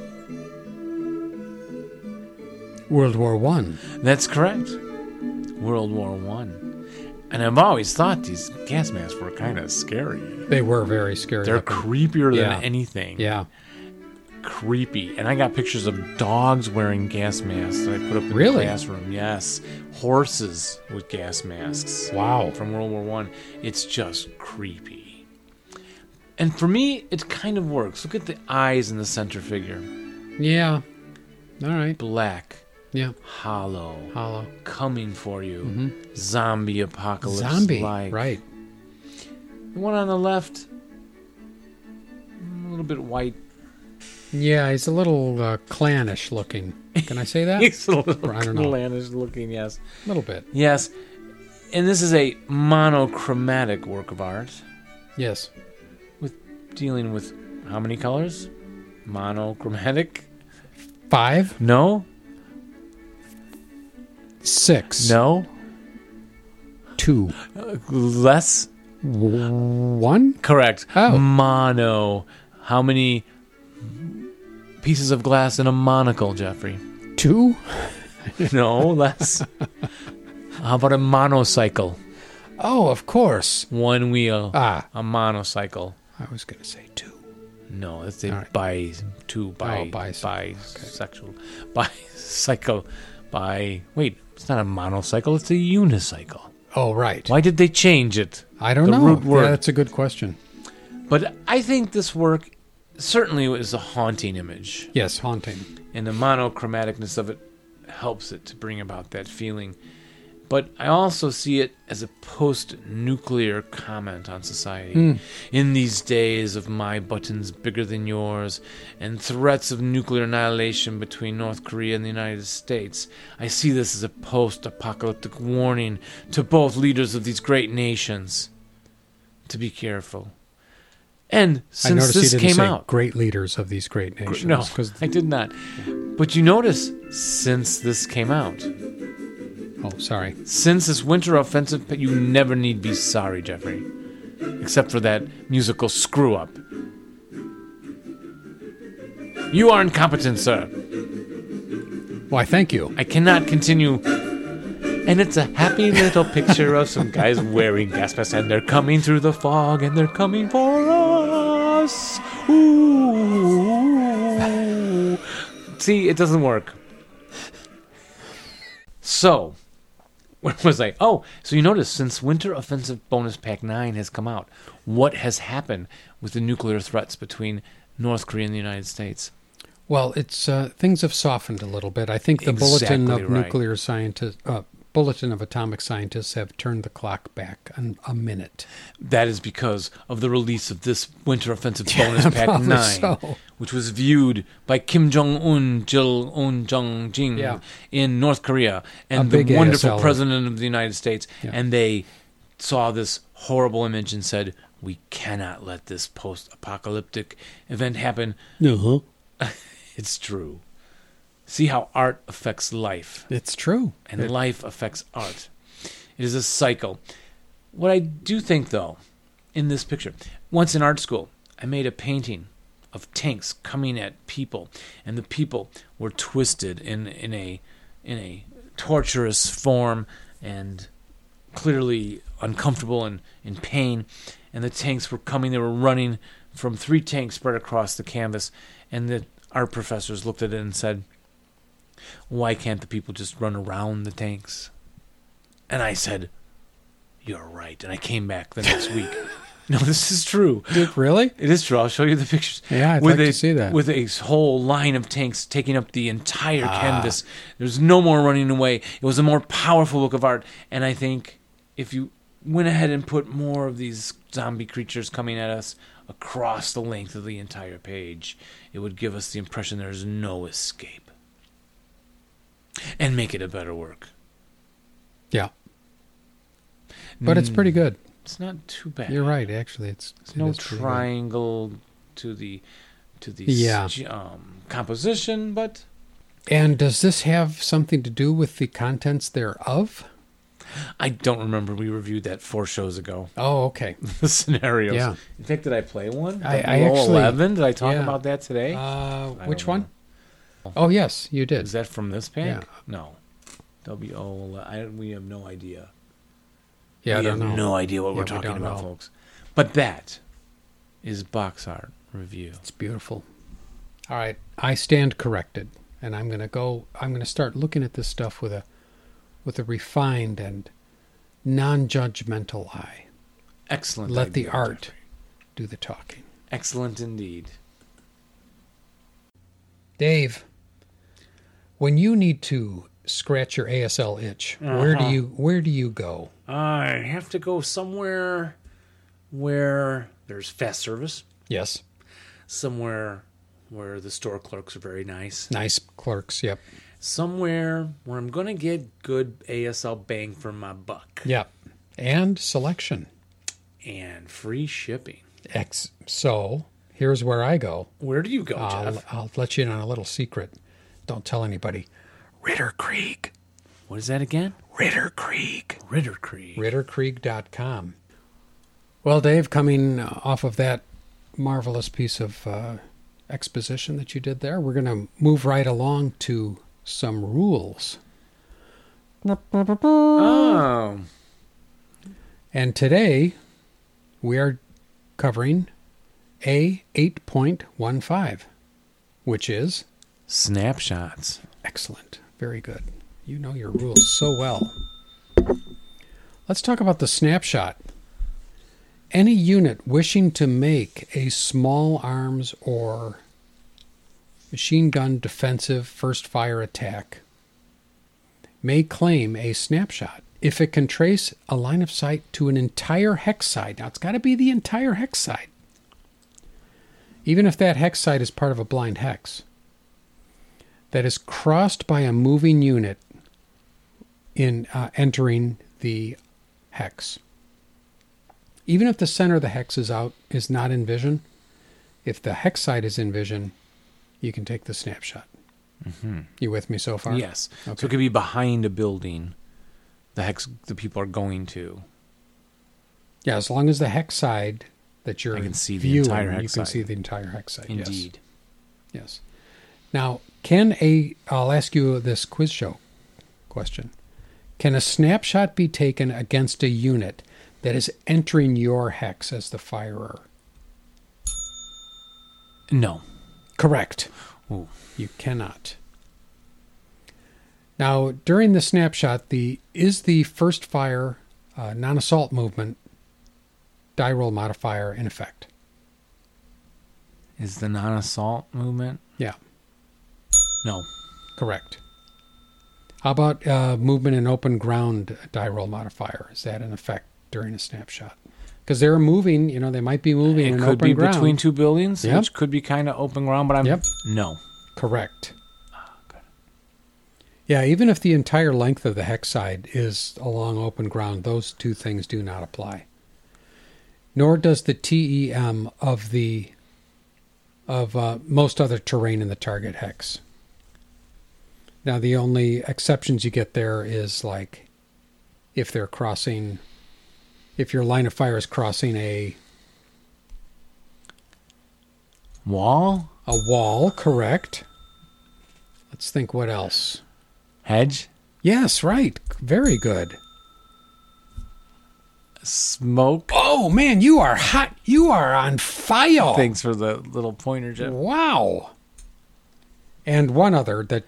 Speaker 1: World War One.
Speaker 3: That's correct. World War One. And I've always thought these gas masks were kind of scary.
Speaker 1: They were very scary.
Speaker 3: They're
Speaker 1: looking.
Speaker 3: creepier
Speaker 1: Yeah.
Speaker 3: than anything.
Speaker 1: yeah.
Speaker 3: creepy. And I got pictures of dogs wearing gas masks that I put up in
Speaker 1: Really?
Speaker 3: the classroom. Yes, horses with gas masks.
Speaker 1: Wow.
Speaker 3: From World War One, it's just creepy. And for me, it kind of works. Look at the eyes in the center figure.
Speaker 1: Yeah. All right.
Speaker 3: Black,
Speaker 1: Yeah.
Speaker 3: hollow,
Speaker 1: Hollow.
Speaker 3: coming for you. Zombie apocalypse.
Speaker 1: Zombie.
Speaker 3: like.
Speaker 1: Right.
Speaker 3: The one on the left, a little bit white.
Speaker 1: Yeah, he's a little uh, clannish looking. Can I say that? a
Speaker 3: It's a little
Speaker 1: I don't know.
Speaker 3: clannish looking. Yes.
Speaker 1: little bit.
Speaker 3: Yes, and this is a monochromatic work of art
Speaker 1: Yes.
Speaker 3: dealing with how many colors? Monochromatic?
Speaker 1: Five,
Speaker 3: No?
Speaker 1: six,
Speaker 3: No?
Speaker 1: two,
Speaker 3: Uh, Less?
Speaker 1: w- one.
Speaker 3: Correct.
Speaker 1: Oh.
Speaker 3: Mono. How many pieces of glass in a monocle, Jeffrey?
Speaker 1: Two?
Speaker 3: No, less. how about a monocycle?
Speaker 1: Oh, of course.
Speaker 3: One wheel.
Speaker 1: Ah,
Speaker 3: a monocycle.
Speaker 1: I was going to say two.
Speaker 3: No, it's a
Speaker 1: All right.
Speaker 3: bi two bi
Speaker 1: Oh, bisexual,
Speaker 3: bisexual bicycle bi wait, it's not a monocycle, it's a unicycle.
Speaker 1: Oh, right.
Speaker 3: Why did they change it?
Speaker 1: I don't
Speaker 3: The
Speaker 1: know.
Speaker 3: root word.
Speaker 1: Yeah, that's a good question.
Speaker 3: But I think this work certainly is a haunting image.
Speaker 1: Yes, haunting.
Speaker 3: And the monochromaticness of it helps it to bring about that feeling. But I also see it as a post nuclear comment on society.
Speaker 1: Hmm.
Speaker 3: In these days of my buttons bigger than yours and threats of nuclear annihilation between North Korea and the United States, I see this as a post apocalyptic warning to both leaders of these great nations to be careful. And
Speaker 1: I
Speaker 3: since
Speaker 1: noticed
Speaker 3: this
Speaker 1: he didn't
Speaker 3: came
Speaker 1: say
Speaker 3: out,
Speaker 1: great leaders of these great
Speaker 3: Gr-
Speaker 1: nations.
Speaker 3: No,
Speaker 1: 'cause-
Speaker 3: I did not. But you notice, since this came out,
Speaker 1: oh, sorry.
Speaker 3: since this winter offensive, but you never need be sorry, Jeffrey, except for that musical screw up. You are incompetent, sir.
Speaker 1: Why, thank you.
Speaker 3: I cannot continue. And it's a happy little picture of some guys wearing gas masks, and they're coming through the fog, and they're coming for us. Ooh. See, it doesn't work. So, where was I? Oh, so you notice since Winter Offensive Bonus Pack 9 has come out, what has happened with the nuclear threats between North Korea and the United States?
Speaker 1: Well, it's uh, things have softened a little bit. I think the bulletin
Speaker 3: Exactly
Speaker 1: of
Speaker 3: right.
Speaker 1: nuclear scientists, uh, bulletin of atomic scientists, have turned the clock back an, a minute.
Speaker 3: That is because of the release of this Winter Offensive Bonus Pack
Speaker 1: probably
Speaker 3: 9,
Speaker 1: so.
Speaker 3: which was viewed by Kim Jong Un, Jil Un Jong Jing
Speaker 1: Yeah.
Speaker 3: in North Korea,
Speaker 1: A
Speaker 3: and the
Speaker 1: big
Speaker 3: wonderful
Speaker 1: ASLer.
Speaker 3: President of the United States.
Speaker 1: Yeah.
Speaker 3: And they saw this horrible image and said, We cannot let this post apocalyptic event happen.
Speaker 1: Uh-huh.
Speaker 3: It's true. See how art affects life
Speaker 1: It's true.
Speaker 3: and life affects art. It is a cycle. What I do think, though, in this picture, once in art school, I made a painting of tanks coming at people, and the people were twisted in, in a in a torturous form and clearly uncomfortable and in pain. And the tanks were coming; they were running from three tanks spread across the canvas. And the art professors looked at it and said, why can't the people just run around the tanks? And I said, You're right. And I came back the next week. No, this is true.
Speaker 1: Dude, really?
Speaker 3: It is true. I'll show you the pictures.
Speaker 1: Yeah, I'd
Speaker 3: with
Speaker 1: like
Speaker 3: a,
Speaker 1: to see that.
Speaker 3: With a whole line of tanks taking up the entire
Speaker 1: Ah.
Speaker 3: canvas. There's no more running away. It was a more powerful look of art. And I think if you
Speaker 2: went ahead and put more of these zombie creatures coming at us across the length of the entire page, it would give us the impression there's no escape. And make it a better work.
Speaker 1: Yeah. But it's pretty good.
Speaker 2: It's not too bad.
Speaker 1: You're right. Actually, it's
Speaker 2: There's
Speaker 1: it
Speaker 2: Hmm. no
Speaker 1: is pretty good.
Speaker 2: triangle to the to the
Speaker 1: Yeah.
Speaker 2: s- um, composition, but
Speaker 1: And does this have something to do with the contents thereof?
Speaker 2: I don't remember. We reviewed that four shows ago.
Speaker 1: Oh, okay.
Speaker 2: The scenarios.
Speaker 1: Yeah.
Speaker 2: In fact, did I play one?
Speaker 1: I-
Speaker 2: The
Speaker 1: I
Speaker 2: Below
Speaker 1: actually-
Speaker 2: eleven. Did I talk
Speaker 1: yeah.
Speaker 2: about that today?
Speaker 1: Uh,
Speaker 2: I
Speaker 1: which
Speaker 2: don't
Speaker 1: one?
Speaker 2: know.
Speaker 1: Oh, yes, you did.
Speaker 2: Is that from this pack?
Speaker 1: Yeah.
Speaker 2: No. W O. I- We have no idea.
Speaker 1: yeah, I
Speaker 2: we
Speaker 1: don't
Speaker 2: have
Speaker 1: know.
Speaker 2: no idea what
Speaker 1: Yeah,
Speaker 2: we're
Speaker 1: we
Speaker 2: talking
Speaker 1: don't
Speaker 2: about,
Speaker 1: know.
Speaker 2: folks. But that is box art review.
Speaker 1: It's beautiful. All right, I stand corrected, and I'm gonna go. I'm gonna start looking at this stuff with a with a refined and non-judgmental eye.
Speaker 2: Excellent.
Speaker 1: Let the
Speaker 2: idea,
Speaker 1: art
Speaker 2: Jeffrey.
Speaker 1: do the talking.
Speaker 2: Excellent indeed.
Speaker 1: Dave, when you need to scratch your ASL itch, where do you where do you go?
Speaker 2: I have to go somewhere where there's fast service,
Speaker 1: Yes,
Speaker 2: somewhere where the store clerks are very nice,
Speaker 1: nice clerks. Yep,
Speaker 2: somewhere where I'm going to get good ASL bang for my buck
Speaker 1: yep, and selection.
Speaker 2: and free shipping.
Speaker 1: X. So here's where I go.
Speaker 2: Where do you go, Jeff?
Speaker 1: I'll, I'll let you in on a little secret. Don't tell anybody. Ritter Creek.
Speaker 2: What is that again?
Speaker 1: Ritter Creek.
Speaker 2: Ritter Creek.
Speaker 1: RitterCreek.com. Well, Dave, coming off of that marvelous piece of uh, exposition that you did there, we're going to move right along to some rules.
Speaker 2: Oh,
Speaker 1: And today we are covering A8.15, which is
Speaker 2: snapshots.
Speaker 1: Excellent. Very good. You know your rules so well. Let's talk about the snapshot. Any unit wishing to make a small arms or machine gun defensive first fire attack may claim a snapshot if it can trace a line of sight to an entire hex side. Now, it's got to be the entire hex side, even if that hex side is part of a blind hex that is crossed by a moving unit in uh, entering the hex. Even if the center of the hex is out is not in vision, if the hex side is in vision, you can take the snapshot. You with me so far?
Speaker 2: Yes. So
Speaker 1: Okay.
Speaker 2: it could be behind a building. The hex the people are going to.
Speaker 1: Yeah, as long as the hex side that you're
Speaker 2: I can see the
Speaker 1: viewing,
Speaker 2: entire
Speaker 1: you
Speaker 2: hex
Speaker 1: can
Speaker 2: side.
Speaker 1: see the entire hex side. yes.
Speaker 2: Indeed.
Speaker 1: Yes. Now, can a I'll ask you this quiz show question. Can a snapshot be taken against a unit that is entering your hex as the firer?
Speaker 2: No.
Speaker 1: Correct.
Speaker 2: Ooh.
Speaker 1: You cannot. Now, during the snapshot, the is the first fire uh, non-assault movement die roll modifier in effect.
Speaker 2: Is the non assault movement?
Speaker 1: Yeah,
Speaker 2: No.
Speaker 1: correct. How about uh, movement in open ground die roll modifier? Is that in effect during a snapshot? Because they're moving, you know, they might be moving
Speaker 2: it
Speaker 1: in
Speaker 2: could
Speaker 1: open
Speaker 2: be
Speaker 1: ground.
Speaker 2: between two buildings,
Speaker 1: Yep.
Speaker 2: which could be kind of open ground, but I'm.
Speaker 1: Yep.
Speaker 2: No.
Speaker 1: Correct.
Speaker 2: good.
Speaker 1: Yeah, even if the entire length of the hex side is along open ground, those two things do not apply. Nor does the TEM of the of uh, most other terrain in the target hex. Now, the only exceptions you get there is like if they're crossing, if your line of fire is crossing a
Speaker 2: Wall?
Speaker 1: a wall. Correct. Let's think. What else?
Speaker 2: Hedge?
Speaker 1: Yes, right. Very good.
Speaker 2: Smoke?
Speaker 1: Oh man, you are hot. You are on fire.
Speaker 2: Thanks for the little pointer, Jeff.
Speaker 1: Wow. And one other that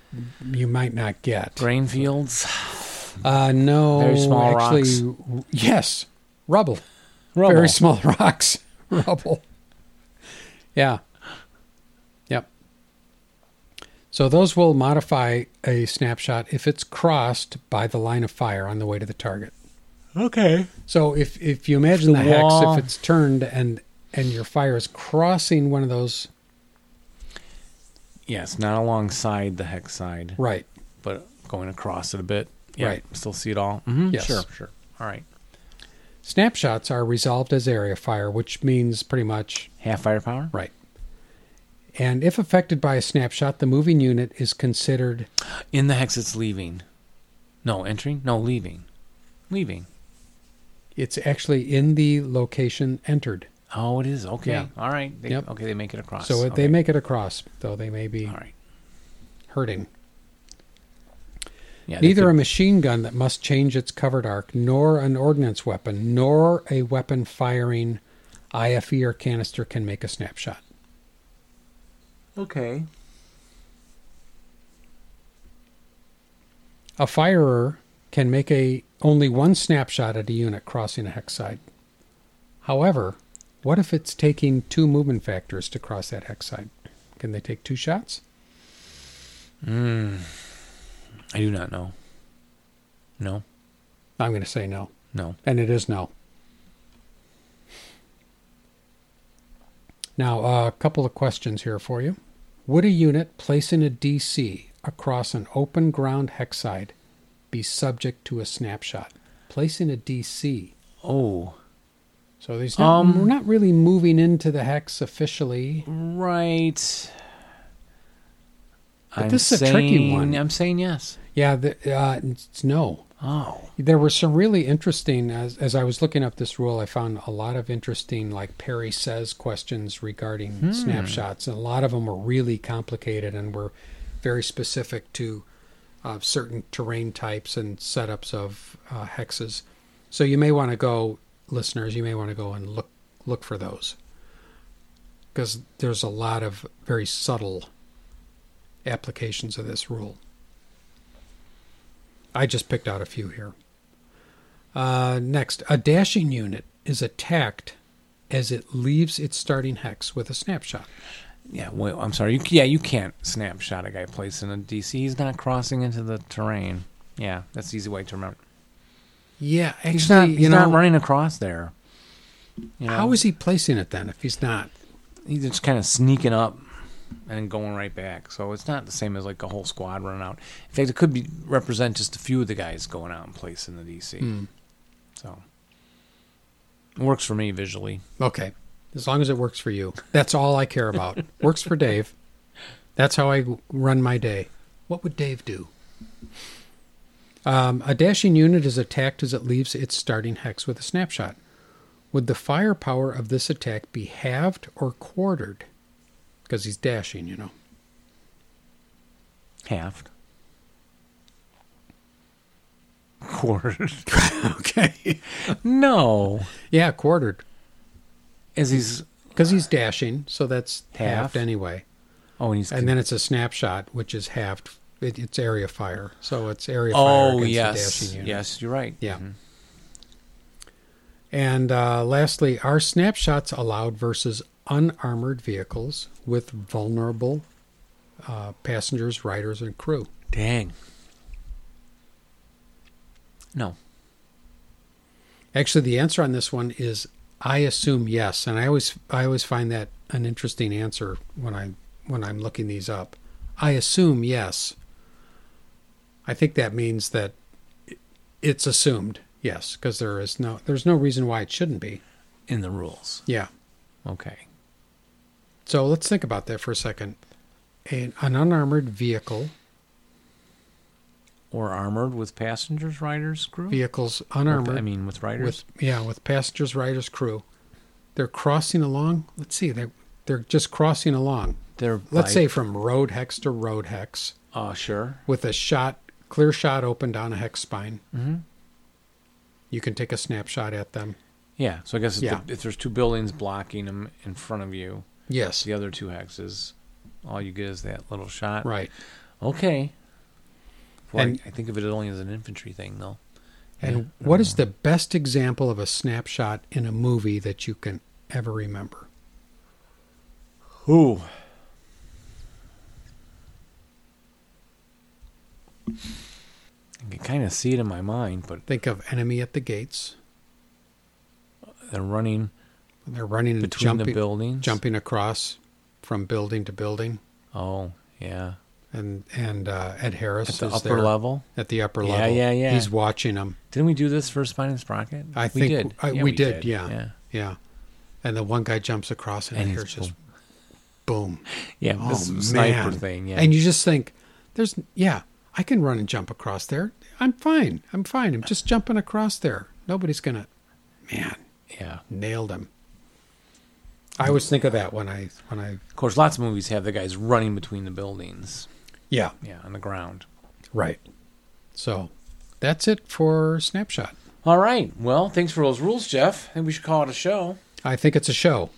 Speaker 1: you might not get.
Speaker 2: Grain fields?
Speaker 1: Uh, no,
Speaker 2: Very small
Speaker 1: actually, w- yes, rubble.
Speaker 2: Rubble.
Speaker 1: Very small rocks. Rubble. Yeah. Yep. So those will modify a snapshot if it's crossed by the line of fire on the way to the target.
Speaker 3: Okay.
Speaker 1: So if if you imagine
Speaker 3: The
Speaker 1: the, hex,
Speaker 3: wall.
Speaker 1: if it's turned and and your fire is crossing one of those,
Speaker 3: Yes, not alongside the hex side,
Speaker 1: right?
Speaker 3: but going across it a bit. Yeah,
Speaker 1: Right.
Speaker 3: Still see it all. Mm-hmm.
Speaker 1: Yes.
Speaker 3: Sure. Sure. All right.
Speaker 1: Snapshots are resolved as area fire, which means pretty much
Speaker 3: Half firepower.
Speaker 1: right. And if affected by a snapshot, the moving unit is considered
Speaker 3: In the hex, it's leaving. No, entering. No, leaving. Leaving.
Speaker 1: it's actually in the location entered.
Speaker 3: Oh, it is. Okay.
Speaker 1: Yeah.
Speaker 3: All right. They,
Speaker 1: Yep.
Speaker 3: Okay, they make it across.
Speaker 1: So
Speaker 3: okay.
Speaker 1: they make it across, though they may be
Speaker 3: All right.
Speaker 1: hurting.
Speaker 3: Yeah. they
Speaker 1: Neither
Speaker 3: could-
Speaker 1: a machine gun that must change its covered arc, nor an ordnance weapon, nor a weapon firing IFE or canister can make a snapshot.
Speaker 3: Okay.
Speaker 1: A firer can make a only one snapshot at a unit crossing a hex side. However, what if it's taking two movement factors to cross that hex side? Can they take two shots?
Speaker 3: Mm. I do not know. No.
Speaker 1: I'm going to say no,
Speaker 3: No.
Speaker 1: and it is no. Now, a couple of questions here for you. Would a unit placing a DC across an open ground hex side be subject to a snapshot? Placing a DC
Speaker 3: Oh.
Speaker 1: So there's not,
Speaker 3: Um,
Speaker 1: we're not really moving into the hex officially.
Speaker 3: Right.
Speaker 1: But this is a tricky
Speaker 3: saying-
Speaker 1: one.
Speaker 3: I'm saying yes.
Speaker 1: Yeah, the, uh, it's no.
Speaker 3: Oh.
Speaker 1: There were some really interesting as as I was looking up this rule, I found a lot of interesting like Perry says questions regarding snapshots, and a lot of them were really complicated and were very specific to uh, certain terrain types and setups of uh, hexes. So you may want to go, listeners, you may want to go and look look for those because there's a lot of very subtle applications of this rule. I just picked out a few here. Uh, next, a dashing unit is attacked as it leaves its starting hex with a snapshot.
Speaker 3: Yeah. Well, I'm sorry. You, yeah, you can't snapshot a guy placed in a DC. He's not crossing into the terrain. Yeah, that's the easy way to remember.
Speaker 1: Yeah, actually,
Speaker 3: He's not. He's
Speaker 1: you know, uh,
Speaker 3: not running across there. You know,
Speaker 1: how is he placing it then if he's not?
Speaker 3: he's just kind of sneaking up and going right back. So it's not the same as like a whole squad running out. In fact, it could be represent just a few of the guys going out and placing the DC.
Speaker 1: Hmm.
Speaker 3: So it works for me visually.
Speaker 1: Okay, as long as it works for you, that's all I care about. works for Dave. That's how I run my day. What would Dave do? Um, a dashing unit is attacked as it leaves its starting hex with a snapshot. Would the firepower of this attack be halved or quartered? Because he's dashing, you know.
Speaker 3: Halved. Quartered.
Speaker 1: okay.
Speaker 3: no.
Speaker 1: Yeah, quartered.
Speaker 3: As he's
Speaker 1: Because he's dashing, so that's
Speaker 3: Half.
Speaker 1: halved anyway.
Speaker 3: oh and he's
Speaker 1: And then it's a snapshot, which is halved. It, it's area fire. So it's area fire
Speaker 3: Oh
Speaker 1: against the
Speaker 3: yes.
Speaker 1: dashing unit.
Speaker 3: Yes, Mm-hmm. you're right.
Speaker 1: Yeah. And uh, lastly, are snapshots allowed versus unarmored vehicles with vulnerable uh, passengers, riders, and crew?
Speaker 3: Dang. No.
Speaker 1: Actually, the answer on this one is I assume yes, and I always I always find that an interesting answer when I when I'm looking these up. I assume yes. I think that means that i- it's assumed yes because there is no there's no reason why it shouldn't be.
Speaker 3: In the rules.
Speaker 1: Yeah.
Speaker 3: Okay.
Speaker 1: So let's think about that for a second. An, an unarmored vehicle,
Speaker 3: Or armored with passengers, riders, crew?
Speaker 1: vehicles
Speaker 3: Or,
Speaker 1: unarmored
Speaker 3: I mean, with riders.
Speaker 1: with yeah with passengers, riders, crew. They're crossing along. Let's see. They're they're just crossing along.
Speaker 3: They're
Speaker 1: let's
Speaker 3: like-
Speaker 1: say from road hex to road hex
Speaker 3: uh, sure.
Speaker 1: with a shot clear shot open down a hex spine
Speaker 3: Mm-hmm.
Speaker 1: you can take a snapshot at them
Speaker 3: Yeah. So I guess if,
Speaker 1: Yeah.
Speaker 3: the, if there's two buildings blocking them in front of you,
Speaker 1: yes
Speaker 3: the other two hexes, all you get is that little shot.
Speaker 1: right
Speaker 3: Okay. Well,
Speaker 1: And-
Speaker 3: I, I think of it only as an infantry thing, though.
Speaker 1: and
Speaker 3: Yeah.
Speaker 1: what is the best example of a snapshot in a movie that you can ever remember
Speaker 3: Who? I I can kind of see it in my mind, but
Speaker 1: Think of Enemy at the Gates.
Speaker 3: they're running
Speaker 1: They're running and
Speaker 3: between the
Speaker 1: jumping,
Speaker 3: buildings.
Speaker 1: jumping across from building to building.
Speaker 3: Oh, yeah.
Speaker 1: And and uh, Ed Harris
Speaker 3: At the
Speaker 1: is
Speaker 3: upper
Speaker 1: there
Speaker 3: level.
Speaker 1: at the upper
Speaker 3: Yeah,
Speaker 1: level.
Speaker 3: yeah, yeah.
Speaker 1: He's watching them.
Speaker 3: Didn't we do this for Spine and Sprocket?
Speaker 1: I
Speaker 3: we
Speaker 1: think
Speaker 3: did.
Speaker 1: I-
Speaker 3: yeah,
Speaker 1: we did, yeah.
Speaker 3: Yeah.
Speaker 1: Yeah, and the one guy jumps across and,
Speaker 3: And
Speaker 1: it
Speaker 3: he's
Speaker 1: hears just boom.
Speaker 3: Yeah,
Speaker 1: Oh
Speaker 3: this
Speaker 1: man,
Speaker 3: sniper thing. Yeah.
Speaker 1: And you just think, there's yeah, I can run and jump across there. I'm fine. I'm fine. I'm just jumping across there. Nobody's gonna. Man,
Speaker 3: yeah.
Speaker 1: nailed him. I always think of that when I when I
Speaker 3: Of course, lots of movies have the guys running between the buildings.
Speaker 1: yeah
Speaker 3: Yeah, on the ground.
Speaker 1: right. So that's it for snapshot.
Speaker 3: All right. Well, thanks for those rules, Jeff. I think we should call it a show.
Speaker 1: I think it's a show,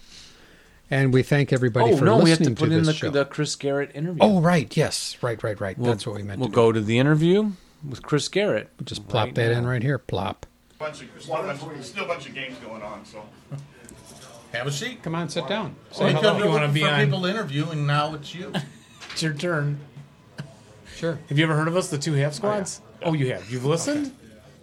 Speaker 1: and we thank everybody
Speaker 3: oh
Speaker 1: for
Speaker 3: no, we have
Speaker 1: listening
Speaker 3: to put
Speaker 1: this
Speaker 3: in the,
Speaker 1: show.
Speaker 3: the Chris Garrett interview.
Speaker 1: oh right, yes, right, right, right.
Speaker 3: We'll-
Speaker 1: that's what we meant.
Speaker 3: We'll
Speaker 1: to do.
Speaker 3: go to the interview with Chris Garrett.
Speaker 1: Just plop
Speaker 3: right
Speaker 1: that in
Speaker 3: now.
Speaker 1: right here. Plop.
Speaker 4: Bunch of, still, a bunch of, still a bunch of games going on, so.
Speaker 5: Have a seat.
Speaker 1: Come on, sit down.
Speaker 5: They
Speaker 1: Say
Speaker 5: come
Speaker 1: hello.
Speaker 5: to
Speaker 2: You wanna
Speaker 5: look
Speaker 2: be
Speaker 5: for
Speaker 2: on-
Speaker 5: people to interview, and now it's you.
Speaker 2: It's your turn.
Speaker 1: Sure.
Speaker 2: Have you ever heard of us, the two half squads? Oh, you have. You've listened.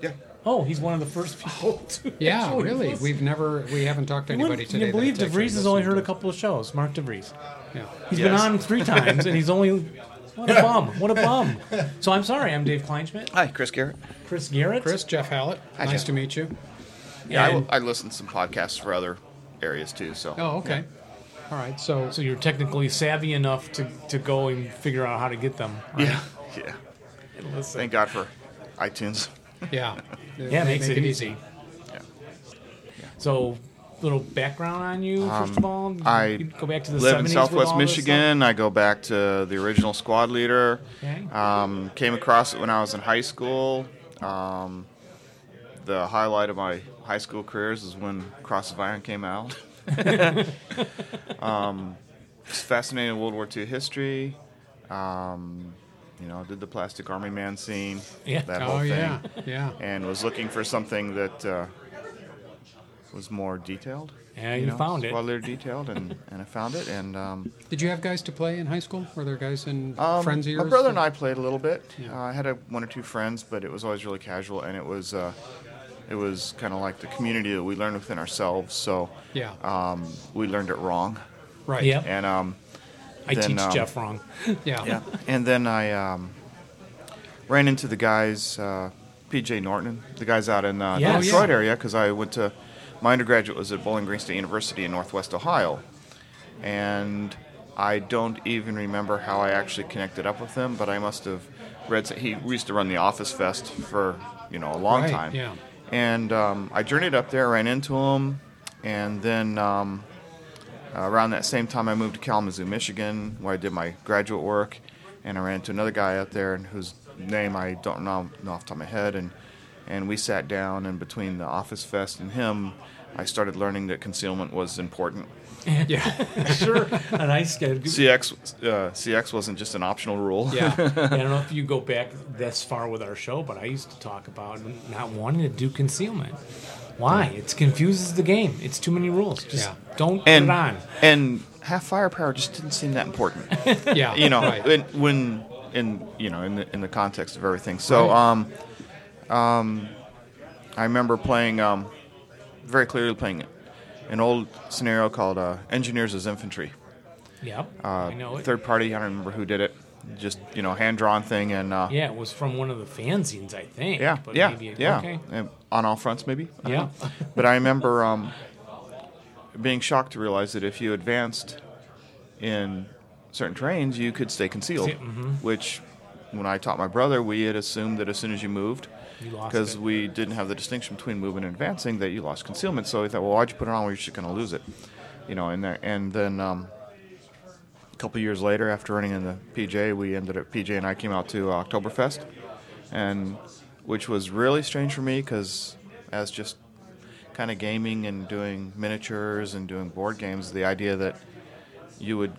Speaker 2: Yeah. Oh, he's one of the first people. To
Speaker 1: Yeah,
Speaker 2: actually
Speaker 1: really.
Speaker 2: listen.
Speaker 1: We've never, we haven't talked to
Speaker 2: You
Speaker 1: anybody
Speaker 2: wouldn't-
Speaker 1: today.
Speaker 2: you believe
Speaker 1: that's actually
Speaker 2: DeVries has only
Speaker 1: listened
Speaker 2: heard a
Speaker 1: to
Speaker 2: couple of shows. Mark DeVries.
Speaker 1: us.
Speaker 2: He's been on three times, and he's only. What a bum! What a bum! So I'm sorry. I'm Dave Kleinschmidt,
Speaker 6: Hi, Chris Garrett.
Speaker 2: Chris Garrett,
Speaker 1: Chris, Jeff Hallett.
Speaker 6: Hi,
Speaker 1: nice
Speaker 6: Jeff.
Speaker 1: to meet you.
Speaker 6: Yeah, I,
Speaker 2: and-
Speaker 6: will- I listen to some podcasts for other areas too. So
Speaker 1: Oh, okay. All right. So,
Speaker 2: So you're technically savvy enough to, to go and figure out how to get them. right?
Speaker 6: yeah, yeah.
Speaker 2: And listen.
Speaker 6: Thank God for iTunes.
Speaker 1: yeah. They
Speaker 2: Yeah, makes
Speaker 1: make
Speaker 2: it easy.
Speaker 6: Yeah.
Speaker 2: So, little background on you. First of all,
Speaker 6: Um, I
Speaker 2: You Um, go back to the
Speaker 6: live
Speaker 2: 70s
Speaker 6: in
Speaker 2: with
Speaker 6: Southwest
Speaker 2: all this
Speaker 6: Michigan. I go back to the original squad leader.
Speaker 2: Okay.
Speaker 6: Um, came across it when I was in high school. Um, the highlight of my high school careers is when Cross of Iron came out. um, just fascinated with World War II history. Um, you know, did the Plastic Army Man scene,
Speaker 2: Yeah.
Speaker 6: that whole
Speaker 1: Oh,
Speaker 6: thing,
Speaker 1: yeah. Yeah.
Speaker 6: and was looking for something that uh, was more detailed.
Speaker 2: Yeah, you found it.
Speaker 6: Well, they're detailed, and, and I found it. And um,
Speaker 1: Did you have guys to play in high school? Were there guys in
Speaker 6: um,
Speaker 1: friends of yours?
Speaker 6: my brother and I played a little bit. Uh, I had a, one or two friends, but it was always really casual, and it was uh, it was kind of like the community that we learned within ourselves. So
Speaker 1: Yeah.
Speaker 6: um, we learned it wrong,
Speaker 1: right.
Speaker 2: Yep.
Speaker 6: and um,
Speaker 2: I
Speaker 6: then,
Speaker 2: teach
Speaker 6: um,
Speaker 2: Jeff wrong.
Speaker 1: Yeah.
Speaker 6: yeah, and then I um, ran into the guys, uh, PJ Norton, the guys out in uh,
Speaker 2: Yes.
Speaker 6: the Detroit
Speaker 1: Oh, yeah.
Speaker 6: area, because I went to my undergraduate was at Bowling Green State University in Northwest Ohio, and I don't even remember how I actually connected up with him, but I must have read. some- He we used to run the Office Fest for you know a long
Speaker 1: Right,
Speaker 6: time,
Speaker 1: yeah.
Speaker 6: and um, I journeyed up there, ran into him, and then. Um, uh, around that same time, I moved to Kalamazoo, Michigan, where I did my graduate work, and I ran into another guy out there, and whose name I don't know, know off the top of my head, and and we sat down, and between the Office Fest and him, I started learning that concealment was important.
Speaker 1: Yeah.
Speaker 2: sure. And I said,
Speaker 6: CX uh, CX wasn't just an optional rule.
Speaker 1: Yeah.
Speaker 2: I don't know if you go back this far with our show, but I used to talk about not wanting to do concealment. Why? It confuses the game. It's too many rules. Just
Speaker 1: Yeah.
Speaker 2: don't put
Speaker 6: and
Speaker 2: it on.
Speaker 6: and half firepower just didn't seem that important.
Speaker 1: Yeah.
Speaker 6: you know,
Speaker 1: Right.
Speaker 6: in, when in you know in the in the context of everything. So, um, um, I remember playing um, very clearly playing an old scenario called uh, Engineers as Infantry.
Speaker 2: Yep.
Speaker 6: Uh,
Speaker 2: I know it.
Speaker 6: Third party. I don't remember who did it. Just you know, hand drawn thing, and uh,
Speaker 2: yeah, it was from one of the fanzines, I think.
Speaker 6: yeah,
Speaker 2: But
Speaker 6: yeah,
Speaker 2: maybe,
Speaker 6: yeah.
Speaker 2: Okay.
Speaker 6: And on all fronts, maybe. I don't
Speaker 2: Yeah.
Speaker 6: know. but I remember um, being shocked to realize that if you advanced in certain terrains, you could stay concealed.
Speaker 2: See, mhm.
Speaker 6: Which, when I taught my brother, we had assumed that as soon as you moved,
Speaker 2: You lost
Speaker 6: because
Speaker 2: it.
Speaker 6: we didn't have the distinction between moving and advancing, that you lost concealment. So we thought, well, why'd you put it on? Where you're just going to lose it, you know. And there, and then. Um, a couple years later, after running in the PJ, we ended up PJ and I came out to uh, Oktoberfest, and which was really strange for me because as just kind of gaming and doing miniatures and doing board games, the idea that you would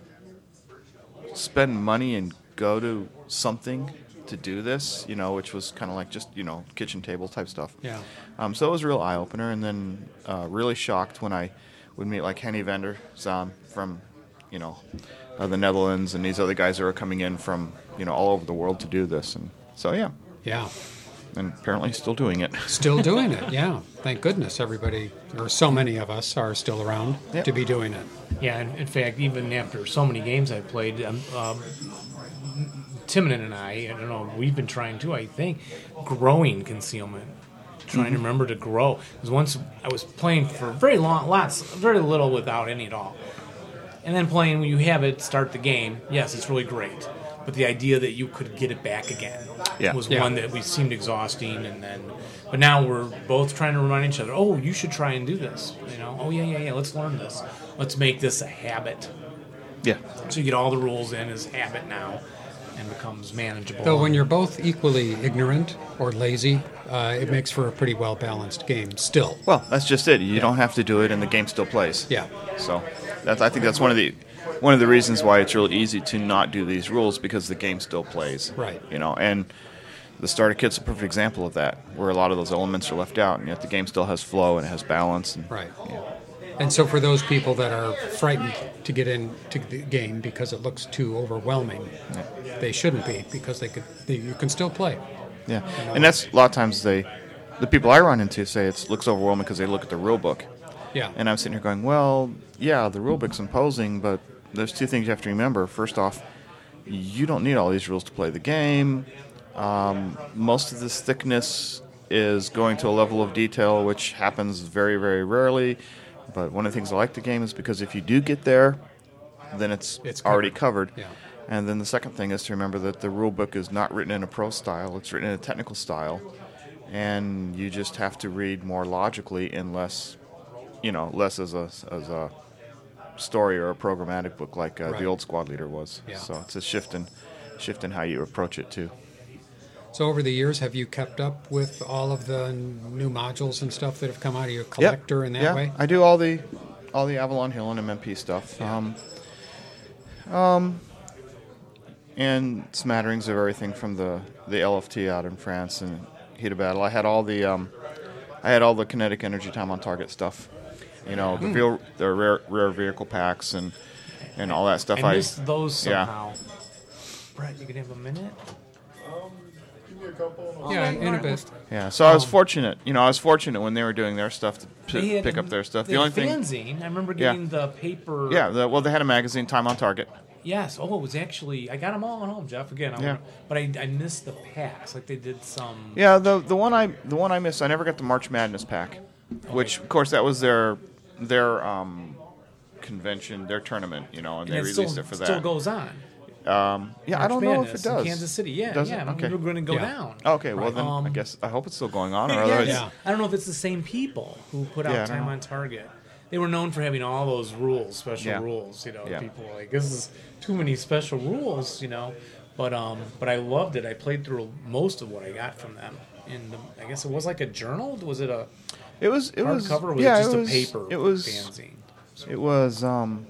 Speaker 6: spend money and go to something to do this, you know, which was kind of like just you know kitchen table type stuff.
Speaker 1: Yeah.
Speaker 6: Um, so it was a real eye opener, and then uh, really shocked when I would meet like Henny Vender Zam from, you know, uh, the Netherlands, and these other guys that were coming in from you know all over the world to do this, and so yeah,
Speaker 1: Yeah.
Speaker 6: and apparently still doing it.
Speaker 1: Still doing it, yeah. Thank goodness everybody, or so many of us, are still around
Speaker 6: Yep.
Speaker 1: to be doing it.
Speaker 3: Yeah, in, in fact, even after so many games I played, um,
Speaker 2: uh,
Speaker 3: um, Timonen and I, I don't know, we've been trying too, I think, growing concealment. Trying to remember to grow. Because once I was playing for very long, lots, very little without any at all. And then playing when you have it, start the game, yes, it's really great. But the idea that you could get it back again
Speaker 6: Yeah.
Speaker 3: was
Speaker 1: Yeah.
Speaker 3: one that we seemed exhausting. And then, but now we're both trying to remind each other, oh, you should try and do this. You know, oh, yeah, yeah, yeah, let's learn this. Let's make this a habit.
Speaker 6: Yeah.
Speaker 3: So you get all the rules in as habit now and becomes manageable.
Speaker 1: Though when you're both equally ignorant or lazy, uh, it makes for a pretty well balanced game still.
Speaker 6: Well, that's just it. You don't have to do it, and the game still plays.
Speaker 1: Yeah.
Speaker 6: So, that's, I think that's one of the one of the reasons why it's really easy to not do these rules because the game still plays.
Speaker 1: Right.
Speaker 6: You know, and the starter kit's a perfect example of that, where a lot of those elements are left out, and yet the game still has flow and it has balance. And,
Speaker 1: Right. And so for those people that are frightened to get into the game because it looks too overwhelming, they shouldn't be because they could they, you can still play.
Speaker 6: Yeah, and that's a lot of times they, the people I run into say it looks overwhelming because they look at the rule book,
Speaker 1: Yeah.
Speaker 6: and I'm sitting here going, well, yeah, the rule book's imposing, but there's two things you have to remember. First off, you don't need all these rules to play the game. Um, most of this thickness is going to a level of detail which happens very, very rarely. But one of the things I like the game is because if you do get there, then it's,
Speaker 1: It's
Speaker 6: already
Speaker 1: covered.
Speaker 6: covered.
Speaker 1: Yeah.
Speaker 6: And then the second thing is to remember that the rule book is not written in a pro style, it's written in a technical style. And you just have to read more logically and less, you know, less as a, as a story or a programmatic book like uh,
Speaker 1: Right.
Speaker 6: the old squad leader was.
Speaker 1: Yeah.
Speaker 6: So it's a shift in, shift in how you approach it, too.
Speaker 1: So over the years, have you kept up with all of the new modules and stuff that have come out of your collector in that
Speaker 6: yeah.
Speaker 1: way?
Speaker 6: I do all the all the Avalon Hill and MMP stuff. Um, um, and smatterings of everything from the, the LFT out in France and heat of battle. I had all the um, I had all the kinetic energy time on target stuff. You know,
Speaker 1: Hmm.
Speaker 6: the, veal, the rare, rare vehicle packs and and all that stuff.
Speaker 3: I missed those
Speaker 6: yeah.
Speaker 3: somehow. Brett, you can have a minute?
Speaker 1: yeah, in a bit.
Speaker 6: yeah. So I was fortunate. You know, I was fortunate when they were doing their stuff to
Speaker 3: They
Speaker 6: p-
Speaker 3: had
Speaker 6: pick up their stuff.
Speaker 3: The,
Speaker 6: The only thing,
Speaker 3: fanzine, I remember
Speaker 6: Yeah.
Speaker 3: getting the paper.
Speaker 6: yeah. The, well, they had a magazine, Time on Target.
Speaker 3: Yes. Oh, it was actually. I got them all at home, Jeff. Again. I
Speaker 6: Yeah.
Speaker 3: wonder- But I, I missed the packs. Like they did some.
Speaker 6: Yeah, the the one I the one I missed, I never got the March Madness pack, which of course that was their their um, convention, their tournament, you know, and,
Speaker 3: and
Speaker 6: they
Speaker 3: it
Speaker 6: released
Speaker 3: still,
Speaker 6: it for
Speaker 3: Still
Speaker 6: that.
Speaker 3: goes on.
Speaker 6: yeah, I don't know if it
Speaker 3: Madness in
Speaker 6: does.
Speaker 3: Kansas City. Yeah.
Speaker 6: Does it?
Speaker 3: yeah.
Speaker 6: Okay.
Speaker 3: We're going to go
Speaker 1: Yeah.
Speaker 3: down.
Speaker 6: Okay, well then I
Speaker 3: Um,
Speaker 6: guess I hope it's still going on, or
Speaker 3: Yeah,
Speaker 6: otherwise,
Speaker 1: Yeah.
Speaker 3: I don't know if it's the same people who put out
Speaker 6: Yeah, I don't
Speaker 3: Time
Speaker 6: know.
Speaker 3: on Target. They were known for having all those rules, special
Speaker 6: Yeah.
Speaker 3: rules. You know,
Speaker 6: Yeah.
Speaker 3: people were like this is too many special rules. You know, but um, but I loved it. I played through most of what I got from them. And the, I guess it was like a journal. Was it a
Speaker 6: it was it was
Speaker 3: hardcover? Or was
Speaker 6: yeah,
Speaker 3: it just
Speaker 6: it was,
Speaker 3: a paper?
Speaker 6: It was
Speaker 3: fanzine.
Speaker 6: it was um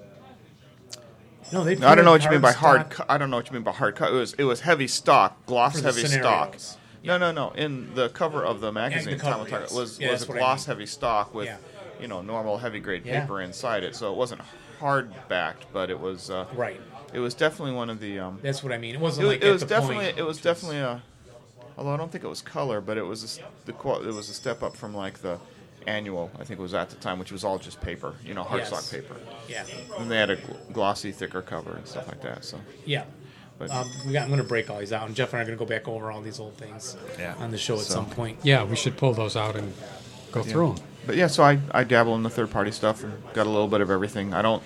Speaker 3: No, they.
Speaker 6: I don't know what you
Speaker 3: printed
Speaker 6: mean by hard.
Speaker 3: stock
Speaker 6: Co- I don't know what you mean by hard cut. It was it was heavy stock, gloss
Speaker 3: For the
Speaker 6: heavy stock.
Speaker 3: scenarios.
Speaker 6: No, no, no. In the cover of the magazine,
Speaker 3: cover,
Speaker 6: Time and Target
Speaker 3: yes.
Speaker 6: was
Speaker 3: Yeah,
Speaker 6: was
Speaker 3: that's
Speaker 6: a
Speaker 3: what I
Speaker 6: gloss heavy stock with
Speaker 3: Yeah.
Speaker 6: you know normal heavy grade
Speaker 3: Yeah.
Speaker 6: paper inside it. So it wasn't hard backed, but it was uh,
Speaker 3: Right.
Speaker 6: It was definitely one of the. Um,
Speaker 3: That's what I mean. It
Speaker 6: it
Speaker 3: wasn't
Speaker 6: was,
Speaker 3: like
Speaker 6: it
Speaker 3: at
Speaker 6: was
Speaker 3: the
Speaker 6: definitely
Speaker 3: Point,
Speaker 6: it was
Speaker 3: which
Speaker 6: definitely a. Although I don't think it was color, but it was a s the qual- it was a step up from like the annual. I think it was at the time, which was all just paper, you know, hard
Speaker 3: Yes.
Speaker 6: stock paper.
Speaker 3: Yeah.
Speaker 6: And they had a gl- glossy, thicker cover and stuff like that. So.
Speaker 3: Yeah.
Speaker 6: But-
Speaker 3: um, we got, I'm going to break all these out, and Jeff and I are going to go back over all these old things
Speaker 6: Yeah.
Speaker 3: on the show at
Speaker 6: So-
Speaker 3: some point.
Speaker 1: Yeah, we should pull those out and go through 'em. through them.
Speaker 6: But yeah, so I, I dabble in the third party stuff and got a little bit of everything. I don't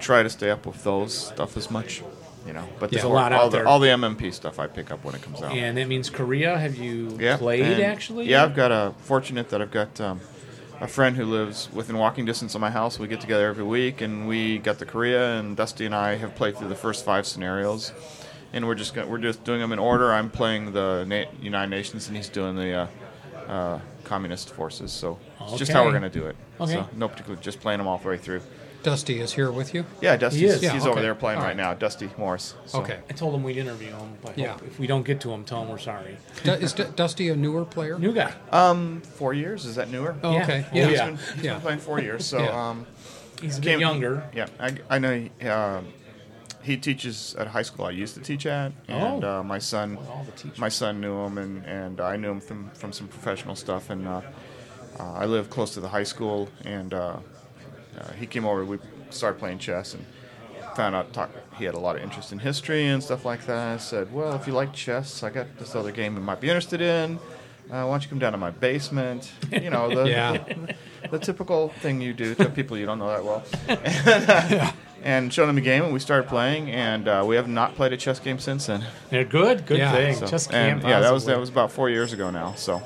Speaker 6: try to stay up with those stuff as much, you know. But
Speaker 3: There's a
Speaker 6: the-
Speaker 3: lot
Speaker 6: all
Speaker 3: out
Speaker 6: the
Speaker 3: there.
Speaker 6: all the MMP stuff I pick up when it comes out.
Speaker 3: And that means Korea. Have you
Speaker 6: yeah,
Speaker 3: played
Speaker 6: and-
Speaker 3: actually?
Speaker 6: Yeah, I've got a fortunate that I've got um, a friend who lives within walking distance of my house. We get together every week, and we got to Korea, and Dusty and I have played through the first five scenarios, and we're just gonna, we're just doing them in order. I'm playing the Na- United Nations, and he's doing the uh, uh, communist forces. So it's just how we're
Speaker 3: Okay.
Speaker 6: gonna do it.
Speaker 3: Okay.
Speaker 6: So no particular, just playing them all the way through.
Speaker 1: Dusty is here with you.
Speaker 6: Yeah, Dusty's
Speaker 3: He is.
Speaker 6: he's
Speaker 1: Yeah,
Speaker 6: over
Speaker 1: okay.
Speaker 6: there playing
Speaker 1: All
Speaker 6: right.
Speaker 1: right. Oh.
Speaker 6: now. Dusty Morris. So-
Speaker 1: Okay.
Speaker 3: I told him we'd interview him, but
Speaker 1: Yeah.
Speaker 3: hope- if we don't get to him, tell
Speaker 2: Oh,
Speaker 3: him we're sorry.
Speaker 1: Du- is D- Dusty a newer player?
Speaker 3: New guy.
Speaker 6: Four years is that newer?
Speaker 1: Oh,
Speaker 3: Yeah.
Speaker 1: okay.
Speaker 3: Oh,
Speaker 1: Yeah.
Speaker 6: He's
Speaker 3: yeah.
Speaker 6: been, he's
Speaker 1: Yeah.
Speaker 6: um, been playing four years. So.
Speaker 1: Yeah.
Speaker 6: Um,
Speaker 3: He's a bit
Speaker 6: Came-
Speaker 3: younger.
Speaker 6: Yeah, I, I know. Uh, he teaches at a high school I used to teach at, and
Speaker 2: Oh.
Speaker 6: uh, my son,
Speaker 2: all the teachers.
Speaker 6: my son knew him, and, and I knew him from, from some professional stuff, and uh, uh, I live close to the high school, and uh, uh, he came over, we started playing chess, and found out talk, he had a lot of interest in history and stuff like that. I said, well, if you like chess, I got this other game you might be interested in. Uh, why don't you come down to my basement? You know, the,
Speaker 1: Yeah.
Speaker 6: the typical thing you do to people you don't know that well. uh, and showed him a game, and we started playing, and uh, we have not played a chess game since then.
Speaker 2: They're good. Good
Speaker 1: Yeah,
Speaker 2: thing.
Speaker 6: So-
Speaker 2: Just
Speaker 6: and
Speaker 2: can't.
Speaker 6: yeah, that was
Speaker 2: possibly.
Speaker 6: that was about four years ago now. So,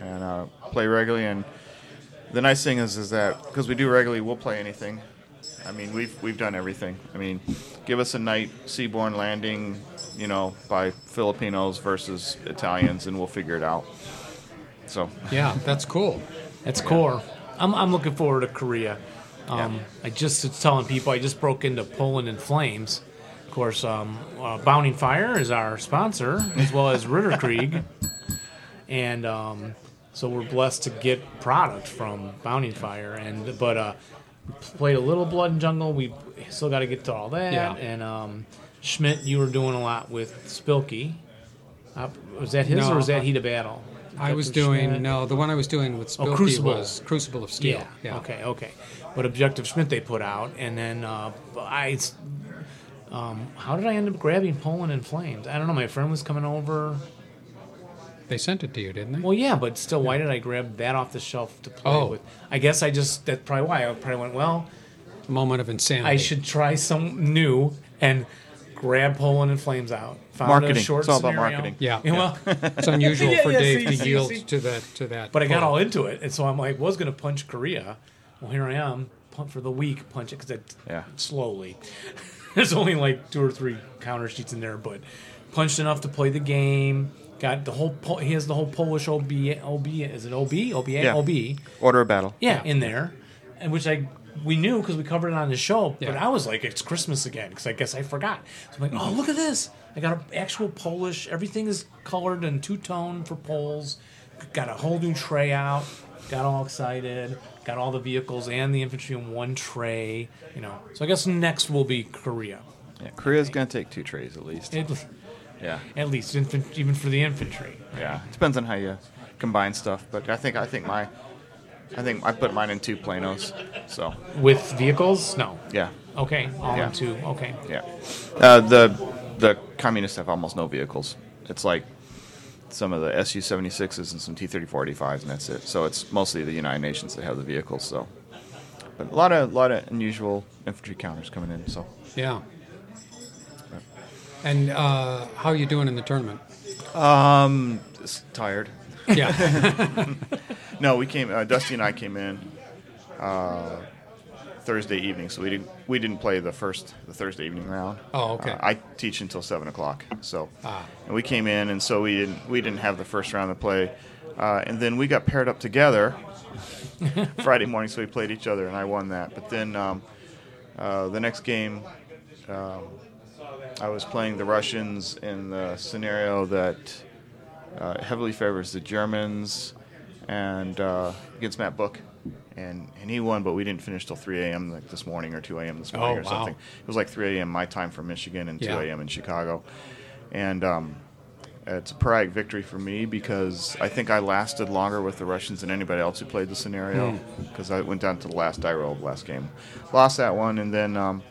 Speaker 6: and uh, play regularly. And the nice thing is, is that because we do regularly, we'll play anything. I mean, we've we've done everything. I mean, give us a night seaborne landing, you know, by Filipinos versus Italians, and we'll figure it out. So,
Speaker 1: Yeah, that's cool.
Speaker 2: That's core. I'm, I'm looking forward to Korea. Um, I just was telling people I just broke into Poland in flames. Of course, um, uh, Bounding Fire is our sponsor, as well as Ritterkrieg. and um, so we're blessed to get product from Bounding Fire. And but uh, played a little Blood and Jungle. We still got to get to all that.
Speaker 1: Yeah.
Speaker 2: And um, Schmidt, you were doing a lot with Spilky. Uh, was that his
Speaker 1: No,
Speaker 2: or was that
Speaker 1: I-
Speaker 2: Heat of Battle?
Speaker 1: I
Speaker 2: That
Speaker 1: was
Speaker 2: was
Speaker 1: doing
Speaker 2: Schmidt.
Speaker 1: no, the one I was doing with Spilky
Speaker 2: Crucible.
Speaker 1: was Crucible of Steel.
Speaker 2: Yeah. Okay. Okay. But Objective Schmidt they put out, and then uh, I. s- Um, how did I end up grabbing Poland in Flames? I don't know. My friend was coming over.
Speaker 1: They sent it to you, didn't they?
Speaker 2: Well, yeah, but still, why did I grab that off the shelf to play
Speaker 1: Oh.
Speaker 2: with? I guess I just that's probably why I probably went. Well,
Speaker 1: Moment of insanity.
Speaker 2: I should try some new and grab Poland in Flames out. Found a
Speaker 6: Marketing.
Speaker 2: short
Speaker 6: It's all about
Speaker 2: scenario.
Speaker 6: marketing.
Speaker 1: Yeah.
Speaker 2: Yeah, well,
Speaker 1: It's unusual
Speaker 2: Yeah,
Speaker 1: for
Speaker 2: yeah,
Speaker 1: Dave
Speaker 2: see,
Speaker 1: to
Speaker 2: see,
Speaker 1: yield
Speaker 2: see.
Speaker 1: to that to that.
Speaker 2: But I got
Speaker 1: pull.
Speaker 2: all into it, and so I'm like, was going to punch Korea. Well, here I am, punt for the week, punch it because
Speaker 6: Yeah.
Speaker 2: slowly. There's only like two or three counter sheets in there, but punched enough to play the game. Got the whole. Po- he has the whole Polish OB. OB is it OB? OBA?
Speaker 6: Yeah.
Speaker 2: OB.
Speaker 6: order of battle.
Speaker 2: Yeah,
Speaker 1: Yeah.
Speaker 2: in there, and which I we knew because we covered it on the show. But
Speaker 1: Yeah.
Speaker 2: I was like, it's Christmas again because I guess I forgot. So I'm like, oh look at this! I got an actual Polish. Everything is colored and two tone for Poles. Got a whole new tray out. Got all excited. Got all the vehicles and the infantry in one tray. You know. So I guess next will be Korea.
Speaker 6: Yeah, Korea's gonna take two trays at least.
Speaker 2: At,
Speaker 6: Yeah,
Speaker 2: at least, infan- even for the infantry.
Speaker 6: yeah. Depends on how you combine stuff, but I think I think my, I think I put mine in two planos. So,
Speaker 2: With vehicles? No.
Speaker 6: yeah.
Speaker 2: Okay. All
Speaker 6: Yeah.
Speaker 2: in two. Okay.
Speaker 6: Yeah. Uh, the the communists have almost no vehicles. It's like some of the Su 76s and some T 3485s, and that's it. So it's mostly the United Nations that have the vehicles. So, but a lot of lot of unusual infantry counters coming in. So
Speaker 1: Yeah. And uh, how you doing in the tournament?
Speaker 6: it's tired.
Speaker 1: Yeah.
Speaker 6: No, we came. Uh, Dusty and I came in uh, Thursday evening, so we didn't we didn't play the first the Thursday evening round.
Speaker 1: Oh, okay. Ah.
Speaker 6: Uh, I teach until seven o'clock, so and we came in, and so we didn't we didn't have the first round to play, uh, and then we got paired up together Friday morning, so we played each other, and I won that. But then um, uh, the next game. Um, I was playing the Russians in the scenario that uh, heavily favors the Germans and uh, against Matt Book. And, and he won, but we didn't finish till 3 a.m. like this morning or 2 a.m. this morning
Speaker 1: Oh,
Speaker 6: or
Speaker 1: wow.
Speaker 6: something. It was like 3 a.m. my time for Michigan and 2
Speaker 1: Yeah.
Speaker 6: a.m. in Chicago. And um, it's a Prague victory for me because I think I lasted longer with the Russians than anybody else who played the scenario
Speaker 1: Hmm.
Speaker 6: because I went down to the last die roll of last game. Lost that one, and then um,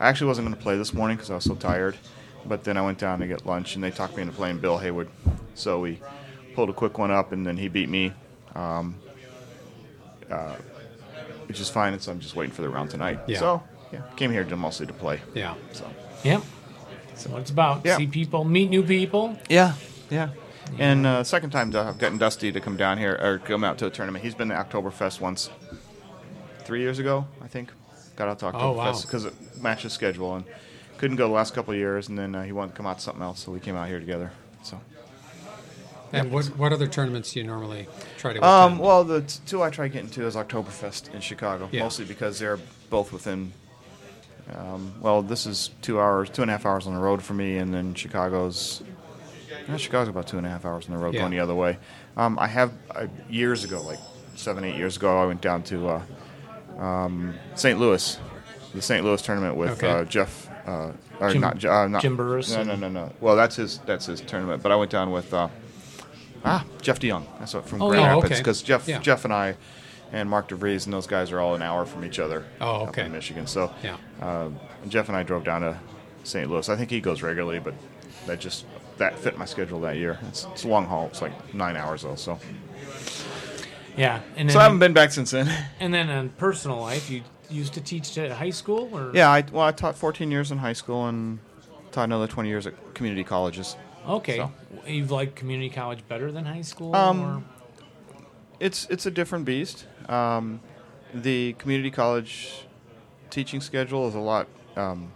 Speaker 6: I actually wasn't going to play this morning because I was so tired. But then I went down to get lunch, and they talked me into playing Bill Hayward. So we pulled a quick one up, and then he beat me, um, uh, which is fine. And so I'm just waiting for the round tonight.
Speaker 1: Yeah.
Speaker 6: So yeah, came here to mostly to play.
Speaker 1: yeah.
Speaker 6: So.
Speaker 2: Yep. So what it's about.
Speaker 6: Yeah.
Speaker 2: See people, meet new people.
Speaker 6: Yeah, yeah. And uh, second time I've gotten Dusty to come down here or come out to a tournament. He's been to Oktoberfest once, three years ago, I think. Got out to
Speaker 1: Oh, wow.
Speaker 6: Oktoberfest because it matched his schedule and couldn't go the last couple of years. And then uh, he wanted to come out to something else, so we came out here together. So.
Speaker 1: And what what other tournaments do you normally try to
Speaker 6: Um,
Speaker 1: attend?
Speaker 6: well, the t- two I try getting to is Oktoberfest in Chicago,
Speaker 1: Yeah.
Speaker 6: mostly because they're both within. Um, well, this is two hours, two and a half hours on the road for me, and then Chicago's. Yeah, Chicago's about two and a half hours on the road
Speaker 1: Yeah.
Speaker 6: going the other way. Um, I have uh, years ago, like seven, eight years ago, I went down to uh, um, St. Louis, the St. Louis tournament with
Speaker 1: Okay.
Speaker 6: uh, Jeff uh, or
Speaker 2: Jim-
Speaker 6: not, J- uh, not
Speaker 2: Jim Burris
Speaker 6: No,
Speaker 2: and-
Speaker 6: no, no, no. Well, that's his that's his tournament. But I went down with uh, ah Jeff DeYoung. That's what, from
Speaker 2: Oh,
Speaker 6: Grand
Speaker 2: yeah,
Speaker 6: Rapids
Speaker 2: okay.
Speaker 6: because Jeff
Speaker 1: Yeah.
Speaker 6: Jeff and I and Mark DeVries and those guys are all an hour from each other.
Speaker 1: Oh,
Speaker 6: Up
Speaker 1: okay.
Speaker 6: in Michigan. So
Speaker 1: Yeah.
Speaker 6: uh, Jeff and I drove down to St. Louis. I think he goes regularly, but that just that fit my schedule that year. It's, it's a long haul. It's like nine hours though. So
Speaker 2: Yeah, and then,
Speaker 6: so I haven't been back since then.
Speaker 2: and then in personal life, you used to teach at high school, or
Speaker 6: yeah. I well I taught 14 years in high school and taught another 20 years at community colleges.
Speaker 2: okay,
Speaker 6: So.
Speaker 2: you've liked community college better than high school.
Speaker 6: Um, it's it's a different beast. Um, the community college teaching schedule is a lot um,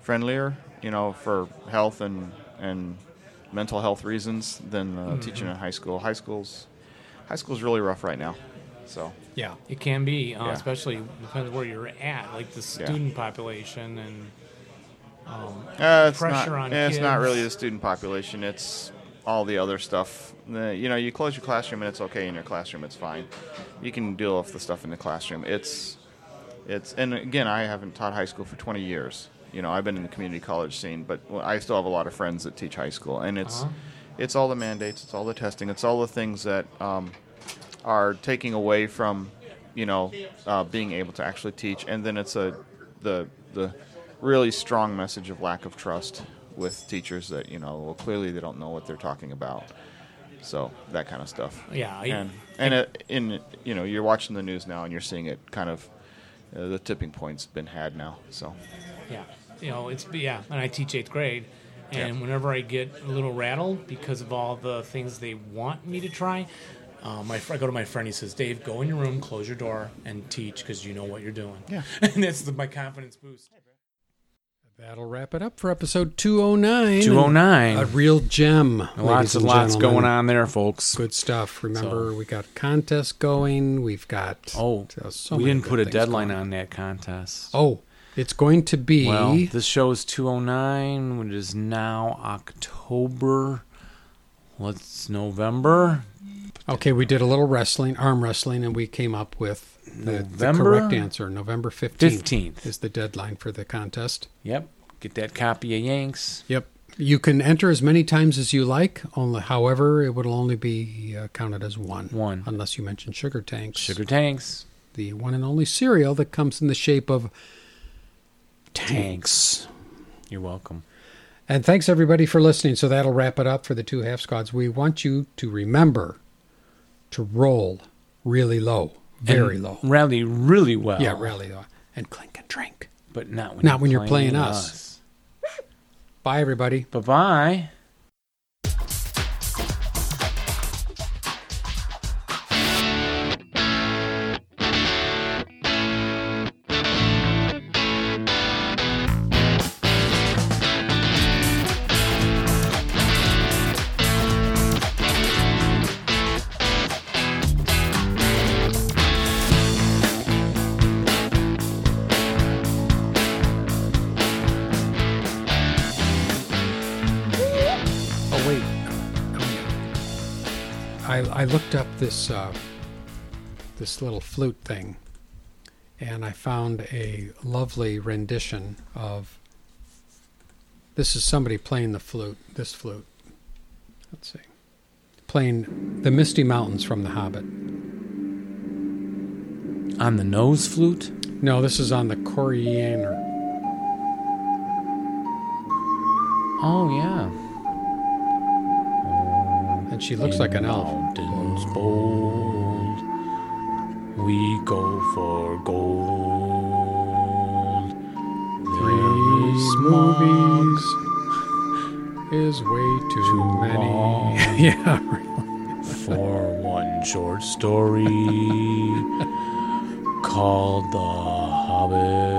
Speaker 6: friendlier, you know, for health and and mental health reasons than uh, teaching in high school. High schools, high school's really rough right now. So
Speaker 1: Yeah.
Speaker 2: or it can be, uh,
Speaker 6: yeah.
Speaker 2: especially depends where you're at, like the student population and.
Speaker 6: uh, it's
Speaker 2: Pressure
Speaker 6: not,
Speaker 2: on
Speaker 6: yeah, It's not
Speaker 2: kids.
Speaker 6: really the student population. It's all the other stuff. The- you know, you close your classroom and it's okay in your classroom. It's fine. You can deal with the stuff in the classroom. It's it's and again i haven't taught high school for 20 years you know i've been in the community college scene but well, i still have a lot of friends that teach high school and it's
Speaker 2: Uh-huh.
Speaker 6: it's all the mandates it's all the testing it's all the things that um, are taking away from you know uh, being able to actually teach and then it's a the the really strong message of lack of trust with teachers that you know well clearly they don't know what they're talking about so that kind of stuff
Speaker 2: Yeah, I-
Speaker 6: and and it, in you know you're watching the news now and you're seeing it kind of uh, the tipping point's been had now so
Speaker 2: Yeah, you know it's yeah, and I teach eighth grade, and
Speaker 6: Yeah.
Speaker 2: whenever I get a little rattled because of all the things they want me to try, uh, my fr- I go to my friend. He says, "Dave, go in your room, close your door, and teach because you know what you're doing."
Speaker 6: Yeah.
Speaker 2: and that's the, my confidence boost.
Speaker 1: That'll wrap it up for episode 209.
Speaker 3: 209.
Speaker 1: A real gem.
Speaker 3: lots
Speaker 1: ladies
Speaker 3: oh and
Speaker 1: and
Speaker 3: lots
Speaker 1: gentlemen.
Speaker 3: going on there, folks.
Speaker 1: Good stuff. Remember, we got contests going. We've got.
Speaker 3: Oh,
Speaker 1: uh, so
Speaker 3: we
Speaker 1: many
Speaker 3: didn't
Speaker 1: good
Speaker 3: put a
Speaker 1: things
Speaker 3: deadline
Speaker 1: going
Speaker 3: on that contest.
Speaker 1: Oh, it's going to be.
Speaker 3: Well, this show is 209, which is now October. What's November?
Speaker 1: okay, we did a little wrestling, arm wrestling, and we came up with the, the
Speaker 3: November?
Speaker 1: correct answer. November 15th,
Speaker 3: 15th.
Speaker 1: is the deadline for the contest.
Speaker 3: Yep. Get that copy of Yanks.
Speaker 1: Yep. You can enter as many times as you like. Only, however, it will only be uh, counted as one.
Speaker 3: One.
Speaker 1: unless you mention sugar tanks.
Speaker 3: Sugar Tanks.
Speaker 1: the one and only cereal that comes in the shape of
Speaker 3: Tanks. You're welcome.
Speaker 1: And thanks everybody for listening. So that'll wrap it up for the two half squads. We want you to remember to roll really low, very
Speaker 3: And
Speaker 1: low.
Speaker 3: Rally really well.
Speaker 1: Yeah, really low. And clink and drink.
Speaker 3: But not when,
Speaker 1: Not when you're playing us. Bye everybody.
Speaker 3: Bye bye.
Speaker 1: Oh wait. I I looked up this uh, this little flute thing and I found a lovely rendition of this is somebody playing the flute, this flute. Let's see. Playing the Misty Mountains from The Hobbit.
Speaker 3: On the nose flute?
Speaker 1: No, this is on the Coriander.
Speaker 3: Oh, yeah.
Speaker 1: And she looks like an elf.
Speaker 3: Mountains bold, we go for gold. There
Speaker 1: These
Speaker 3: is
Speaker 1: movies is way too, many.
Speaker 3: long.
Speaker 1: yeah, right.
Speaker 3: for one short story called The Hobbit.